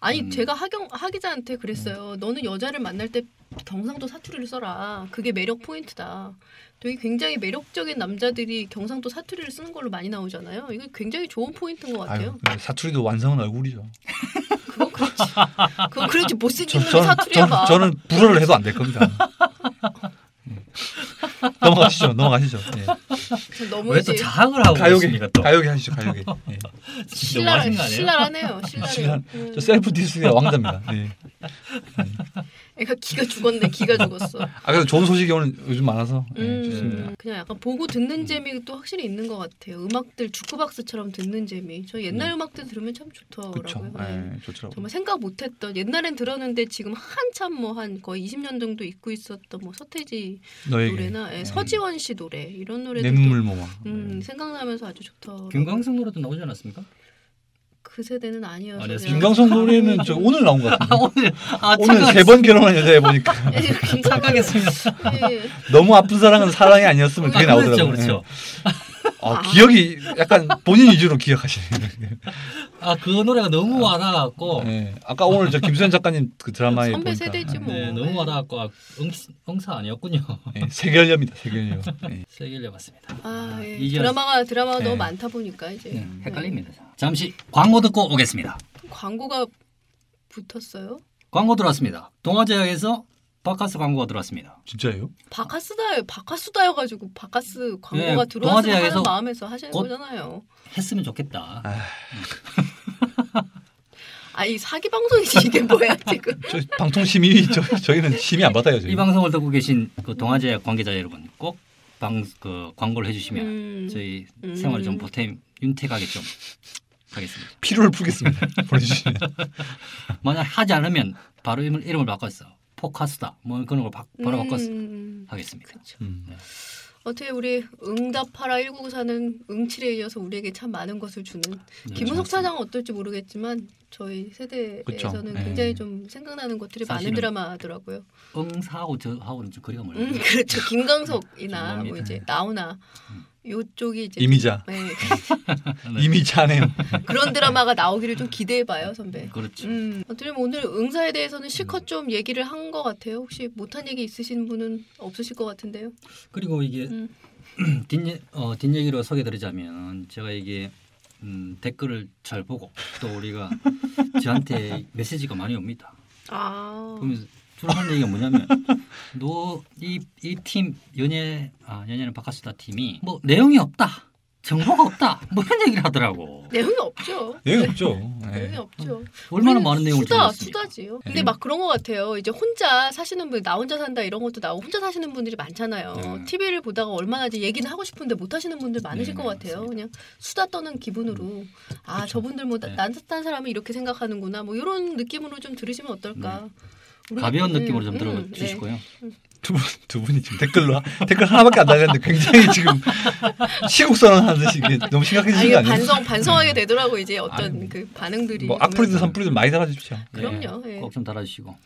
Speaker 2: 아니
Speaker 1: 음.
Speaker 2: 제가 하경 하기자한테 그랬어요. 너는 여자를 만날 때 경상도 사투리를 써라. 그게 매력 포인트다. 되게 굉장히 매력적인 남자들이 경상도 사투리를 쓰는 걸로 많이 나오잖아요. 이거 굉장히 좋은 포인트인 것 같아요.
Speaker 3: 아유, 근데 사투리도 완성은 얼굴이죠.
Speaker 2: 그건 그렇지. 그건 그렇지 못
Speaker 3: 저,
Speaker 2: 쓰기는
Speaker 3: 저는,
Speaker 2: 사투리야 봐.
Speaker 3: 저는, 저는 불어를 해도 안
Speaker 2: (laughs)
Speaker 3: 될 겁니다. 예. 넘어가시죠, 넘어가시죠. 예.
Speaker 2: 너무
Speaker 1: 왜 또
Speaker 2: 뭐 이제
Speaker 1: 자학을 하고
Speaker 3: 가요계,
Speaker 1: 있습니까 또?
Speaker 3: 가요계 하시죠, 가요계. 예.
Speaker 2: 음.
Speaker 1: 진짜
Speaker 2: 신랄
Speaker 1: 하신 거 아니에요?
Speaker 2: 신랄하네요. 신랄해요.
Speaker 3: 신랄-
Speaker 2: 음.
Speaker 3: 저 셀프 디스의 왕자입니다. 예.
Speaker 2: 애가 기가 죽었네. 기가 죽었어.
Speaker 3: 아 그래서 좋은 소식이 오늘 요즘 많아서 예, 좋습니다.
Speaker 2: 음, 그냥 약간 보고 듣는 재미도 확실히 있는 것 같아요. 음악들 주크박스처럼 듣는 재미. 저 옛날 음. 악들 들으면 참
Speaker 3: 그렇죠.
Speaker 2: 좋더라고요. 네.
Speaker 3: 예, 좋더라고요.
Speaker 2: 정말 생각 못했던 옛날엔 들었는데 지금 한참 뭐 한 거의 20년 정도 잊고 있었던 뭐 서태지
Speaker 3: 너에게
Speaker 2: 노래나 예,
Speaker 3: 음.
Speaker 2: 서지원 씨 노래 이런
Speaker 3: 내
Speaker 2: 노래들
Speaker 3: 눈물 모아.
Speaker 2: 음, 생각나면서 아주 좋더라고요.
Speaker 1: 김광석 노래도 나오지 않았습니까?
Speaker 2: 그 세대는 아니어서
Speaker 1: 아니었어요. 네,
Speaker 2: 제가-
Speaker 3: 김광석 노래는 저 오늘 나온 것 같아요.
Speaker 1: (laughs) 오늘 아
Speaker 3: 오늘
Speaker 1: 착각
Speaker 3: 세 번 결혼한 여자애 보니까
Speaker 2: (laughs) 예,
Speaker 3: (laughs)
Speaker 2: 김-
Speaker 1: 착각했습니다.
Speaker 2: 예, 예.
Speaker 3: 너무 아픈 사랑은 사랑이 아니었으면 그게
Speaker 1: 아, 그렇죠,
Speaker 3: 나오더라고요.
Speaker 1: 그렇죠.
Speaker 3: 예. 아, 기억이 약간 본인 위주로 기억하시네요.
Speaker 1: 아 그 노래가 너무 와닿았고
Speaker 3: 예. 아까 오늘 저 김수현 작가님 그 드라마에
Speaker 2: 선배
Speaker 3: 보니까
Speaker 2: 세대지 뭐.
Speaker 1: 네, 너무 와닿았고 아, 응, 응사 아니었군요. (laughs)
Speaker 3: 예, 세결녀입니다. 세결녀. 예.
Speaker 1: 세계를 봤습니다.
Speaker 2: 아, 예.
Speaker 1: 이게-
Speaker 2: 드라마가 드라마가
Speaker 3: 예.
Speaker 2: 너무 많다 보니까 이제
Speaker 1: 네,
Speaker 3: 음.
Speaker 1: 헷갈립니다. 잠시 광고 듣고 오겠습니다.
Speaker 2: 예. 광고가 붙었어요.
Speaker 1: 광고 들어왔습니다. 동아제약에서 바카스 광고가 들어왔습니다.
Speaker 3: 진짜예요?
Speaker 2: 바카스다 바카스다여가지고 바카스 광고가
Speaker 1: 네,
Speaker 2: 들어왔으면
Speaker 1: 동아제약에서
Speaker 2: 하는 마음에서 하시는
Speaker 1: 곧-
Speaker 2: 거잖아요.
Speaker 1: 했으면 좋겠다.
Speaker 2: 아 이 사기 방송이지 (laughs) 이게 뭐야 지금?
Speaker 3: 저 방통 심의 (laughs) 저, 저희는 심의 안 받아요. 저희.
Speaker 1: 이 방송을 듣고 계신 그 동아제약 관계자 여러분 꼭 방 그 광고를 해주시면
Speaker 2: 음.
Speaker 1: 저희
Speaker 2: 음.
Speaker 1: 생활 좀 보탬 윤택하게 좀 하겠습니다.
Speaker 3: 피로를
Speaker 1: (laughs)
Speaker 3: 풀겠습니다. 보내주시면.
Speaker 1: 만약 하지 않으면 바로 이름을, 이름을 바꿨어. 포카스다. 뭐 그런 걸 바, 바로 바꿨어.
Speaker 2: 음,
Speaker 1: 하겠습니다.
Speaker 3: 음.
Speaker 2: 어떻게 우리 응답하라 1994는 응칠에 이어서 우리에게 참 많은 것을 주는
Speaker 1: 네,
Speaker 2: 김은석 차장은 어떨지 모르겠지만 저희
Speaker 3: 그쵸.
Speaker 2: 세대에서는
Speaker 3: 예.
Speaker 2: 굉장히 좀 생각나는
Speaker 1: 네.
Speaker 2: 것들이
Speaker 1: 사실은-
Speaker 2: 많은 드라마더라고요.
Speaker 1: 응사하고 저하고는 좀 거리가 멀어요.
Speaker 2: 그- 음,
Speaker 1: (laughs)
Speaker 2: 그렇죠. 김광석이나 뭐
Speaker 1: 죄송합니다. 음.
Speaker 2: 이제 나훈아 요쪽이 이제
Speaker 3: 이미자.
Speaker 2: 네. (laughs)
Speaker 3: (laughs) 이미자네요.
Speaker 2: 그런 드라마가 나오기를 좀 기대해봐요, 선배.
Speaker 1: 그렇죠. 음.
Speaker 2: 음, 어떻게 보면 오늘 응사에 대해서는 실컷 좀 얘기를 한 것 같아요. 혹시 못한 얘기 있으신 분은 없으실 것 같은데요.
Speaker 1: 그리고 이게
Speaker 2: 음.
Speaker 1: (clears throat) 뒷얘, 어, 뒷얘기로 소개드리자면 제가 이게 음, 댓글을 잘 보고 또 우리가 저한테 (laughs) 메시지가 많이 옵니다.
Speaker 2: 아,
Speaker 1: 그러면서 주로 하는 얘기가 뭐냐면 (laughs) 너 이 이 팀 연예 아 연예는 바카스다 팀이 뭐 내용이 없다 정보가 없다. 뭐 이런 얘기를 하더라고.
Speaker 2: 내용이 없죠.
Speaker 1: 네,
Speaker 3: 예, 없죠. 예.
Speaker 2: 내용이 없죠.
Speaker 1: 음. 얼마나
Speaker 2: 우리는
Speaker 1: 많은 내용을
Speaker 2: 수다,
Speaker 1: 들었습니까?
Speaker 2: 수다지요.
Speaker 1: 예.
Speaker 2: 근데 막 그런 것 같아요. 이제 혼자 사시는 분, 나 혼자 산다 이런 것도 나오고 혼자 사시는 분들이 많잖아요.
Speaker 1: 네.
Speaker 2: TV를 보다가 얼마나 이제 얘기는 하고 싶은데 못 하시는 분들 많으실
Speaker 1: 네,
Speaker 2: 것
Speaker 1: 네, 맞습니다.
Speaker 2: 같아요.
Speaker 1: 음.
Speaker 2: 그냥 수다 떠는 기분으로 아 저분들 뭐
Speaker 1: 네.
Speaker 2: 난 딴 사람이 이렇게 생각하는구나 뭐 이런 느낌으로 좀 들으시면 어떨까. 우리-
Speaker 1: 네. 가벼운
Speaker 2: 음,
Speaker 1: 느낌으로 좀
Speaker 2: 음,
Speaker 1: 들어주시고요. 네.
Speaker 3: 두, 분, 두 분이 지금 댓글로 댓글 하나밖에 안 달렸는데 굉장히 지금 시국 선언하듯이 이게 너무
Speaker 2: 네. 아,
Speaker 3: 심각해지는
Speaker 2: 이게
Speaker 3: 거 아니에요? 네.
Speaker 2: 반성 반성하게 되더라고 이제 어떤
Speaker 1: 아니,
Speaker 2: 그 반응들이.
Speaker 3: 뭐
Speaker 2: 보면서.
Speaker 3: 악플이든 선플이든 많이 달아주십시오.
Speaker 1: 네.
Speaker 2: 그럼요. 예.
Speaker 1: 꼭 좀 달아주시고.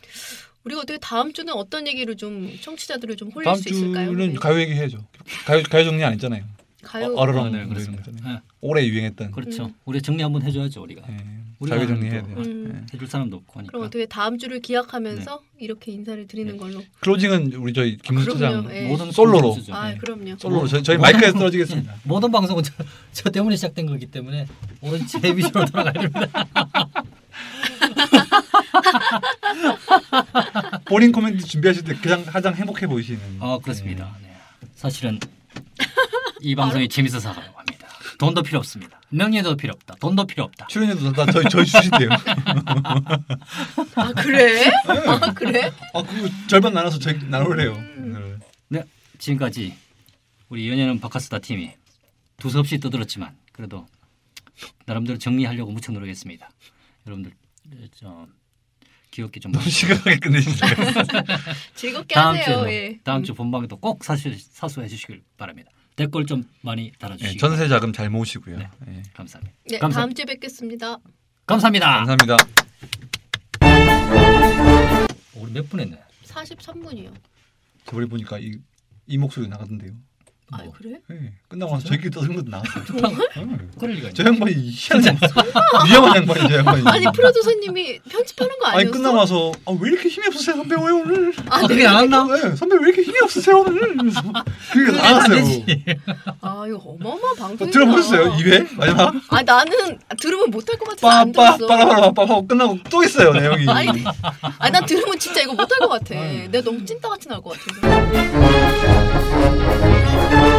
Speaker 2: 우리가 어떻게 다음 주는 어떤 얘기로 좀 청취자들을 좀 홀릴
Speaker 3: 다음
Speaker 2: 수 있을까요?
Speaker 3: 주는
Speaker 2: 네.
Speaker 3: 가요 얘기 해야죠. 가요 가요 정리 아니잖아요.
Speaker 2: 가요.
Speaker 3: 어, 얼어라.
Speaker 1: 아,
Speaker 3: 뭐
Speaker 1: 네,
Speaker 3: 이런
Speaker 1: 그렇습니다.
Speaker 3: 거잖아요.
Speaker 1: 예,
Speaker 3: 올해 유행했던
Speaker 1: 그렇죠.
Speaker 2: 음.
Speaker 1: 우리 정리 한번 해줘야죠 우리가.
Speaker 3: 예,
Speaker 1: 우리가
Speaker 3: 가요 정리해야
Speaker 1: 하는
Speaker 3: 돼요. 네.
Speaker 1: 거.
Speaker 3: 예.
Speaker 2: 음.
Speaker 1: 해줄 사람도 없고 하니까.
Speaker 2: 그럼 어떻게 다음 주를 기약하면서 이렇게 인사를
Speaker 3: 네.
Speaker 2: 드리는 걸로.
Speaker 3: 클로징은 우리 저희 김
Speaker 2: 그럼요,
Speaker 3: 소장
Speaker 2: 예.
Speaker 1: 모든
Speaker 3: 솔로로.
Speaker 1: 컨텐츠죠.
Speaker 2: 아
Speaker 3: 네.
Speaker 2: 그럼요.
Speaker 3: 솔로로 저희, 저희 마이크에서 떨어지겠습니다.
Speaker 1: 네. 모든 방송은 저, 저 때문에 시작된 거기 때문에 오로지 제 (laughs) 위주로 돌아가야 됩니다.
Speaker 2: 아.
Speaker 3: 본인 코멘트 준비하실 때 가장 가장 행복해 보이시는.
Speaker 1: 어 그렇습니다. 네. 사실은 이 방송이 재밌어서 하려고 합니다. 돈도 필요 없습니다. 명예도 필요 없다. 돈도 필요 없다.
Speaker 3: 예. 출연료도 다 저희 저희
Speaker 2: (laughs)
Speaker 3: 주신대요.
Speaker 2: 아 그래?
Speaker 3: (laughs)
Speaker 2: 아 그래?
Speaker 3: 아 그거 절반 나눠서 저희 나눠래요.
Speaker 2: 음.
Speaker 3: 오늘.
Speaker 1: 네, 지금까지 우리 연예는 바카스다 팀이 두서없이 떠들었지만 그래도 나름대로 정리하려고 무척 노력했습니다. 여러분들 네, 저 귀엽게 좀
Speaker 3: 너무 심각하게 끝내시네요.
Speaker 2: (laughs) 즐겁게
Speaker 1: 다음
Speaker 2: 하세요.
Speaker 1: 주
Speaker 2: 예.
Speaker 1: 다음 주 본방에도 꼭 사실 사수해 주시길 바랍니다. 댓글 좀 많이 달아주시기
Speaker 3: 예, 전세 자금 잘 모으시고요.
Speaker 1: 네.
Speaker 3: 예.
Speaker 1: 감사합니다.
Speaker 2: 네,
Speaker 1: 감사-
Speaker 2: 다음 주에 뵙겠습니다.
Speaker 1: 감사합니다.
Speaker 3: 감사합니다.
Speaker 1: 우리 몇 분 했네.
Speaker 2: 43분이요.
Speaker 3: 저번에 보니까 이, 이 목소리 나가던데요.
Speaker 2: 아
Speaker 1: 뭐.
Speaker 2: 그래?
Speaker 3: 예. 끝나고 나서 저희끼리 떠드는 것도 나왔어요. 예.
Speaker 1: 그럴 리가
Speaker 3: 저
Speaker 1: 있나?
Speaker 3: 양반이 희한한 위험한 양반이 저 양반이.
Speaker 2: 아니 프로듀서님이 편집하는 거
Speaker 3: 아니
Speaker 2: 아니었어?
Speaker 3: 끝나고 나서 아, 왜 이렇게 힘이 없으세요 선배 왜 오늘?
Speaker 1: 아, 그게 안 한다?
Speaker 3: 네, 선배 왜 이렇게 힘이 없으세요 오늘? 이러면서 그게 나왔어요.
Speaker 2: 아 이거 어마어마한
Speaker 3: 뭐
Speaker 2: 방송이다.
Speaker 3: 들어보셨어요 2회 마지막
Speaker 2: 아 나는 들으면 못할 것 같아서 안
Speaker 3: 빠빠
Speaker 2: 들었어.
Speaker 3: 빠라바라 빠하고 끝나고 또 있어요 내용이.
Speaker 2: 아니, 아니 난 들으면 진짜 이거 못할 것 같아. 내가 너무 찐따같이 나올 것 같아.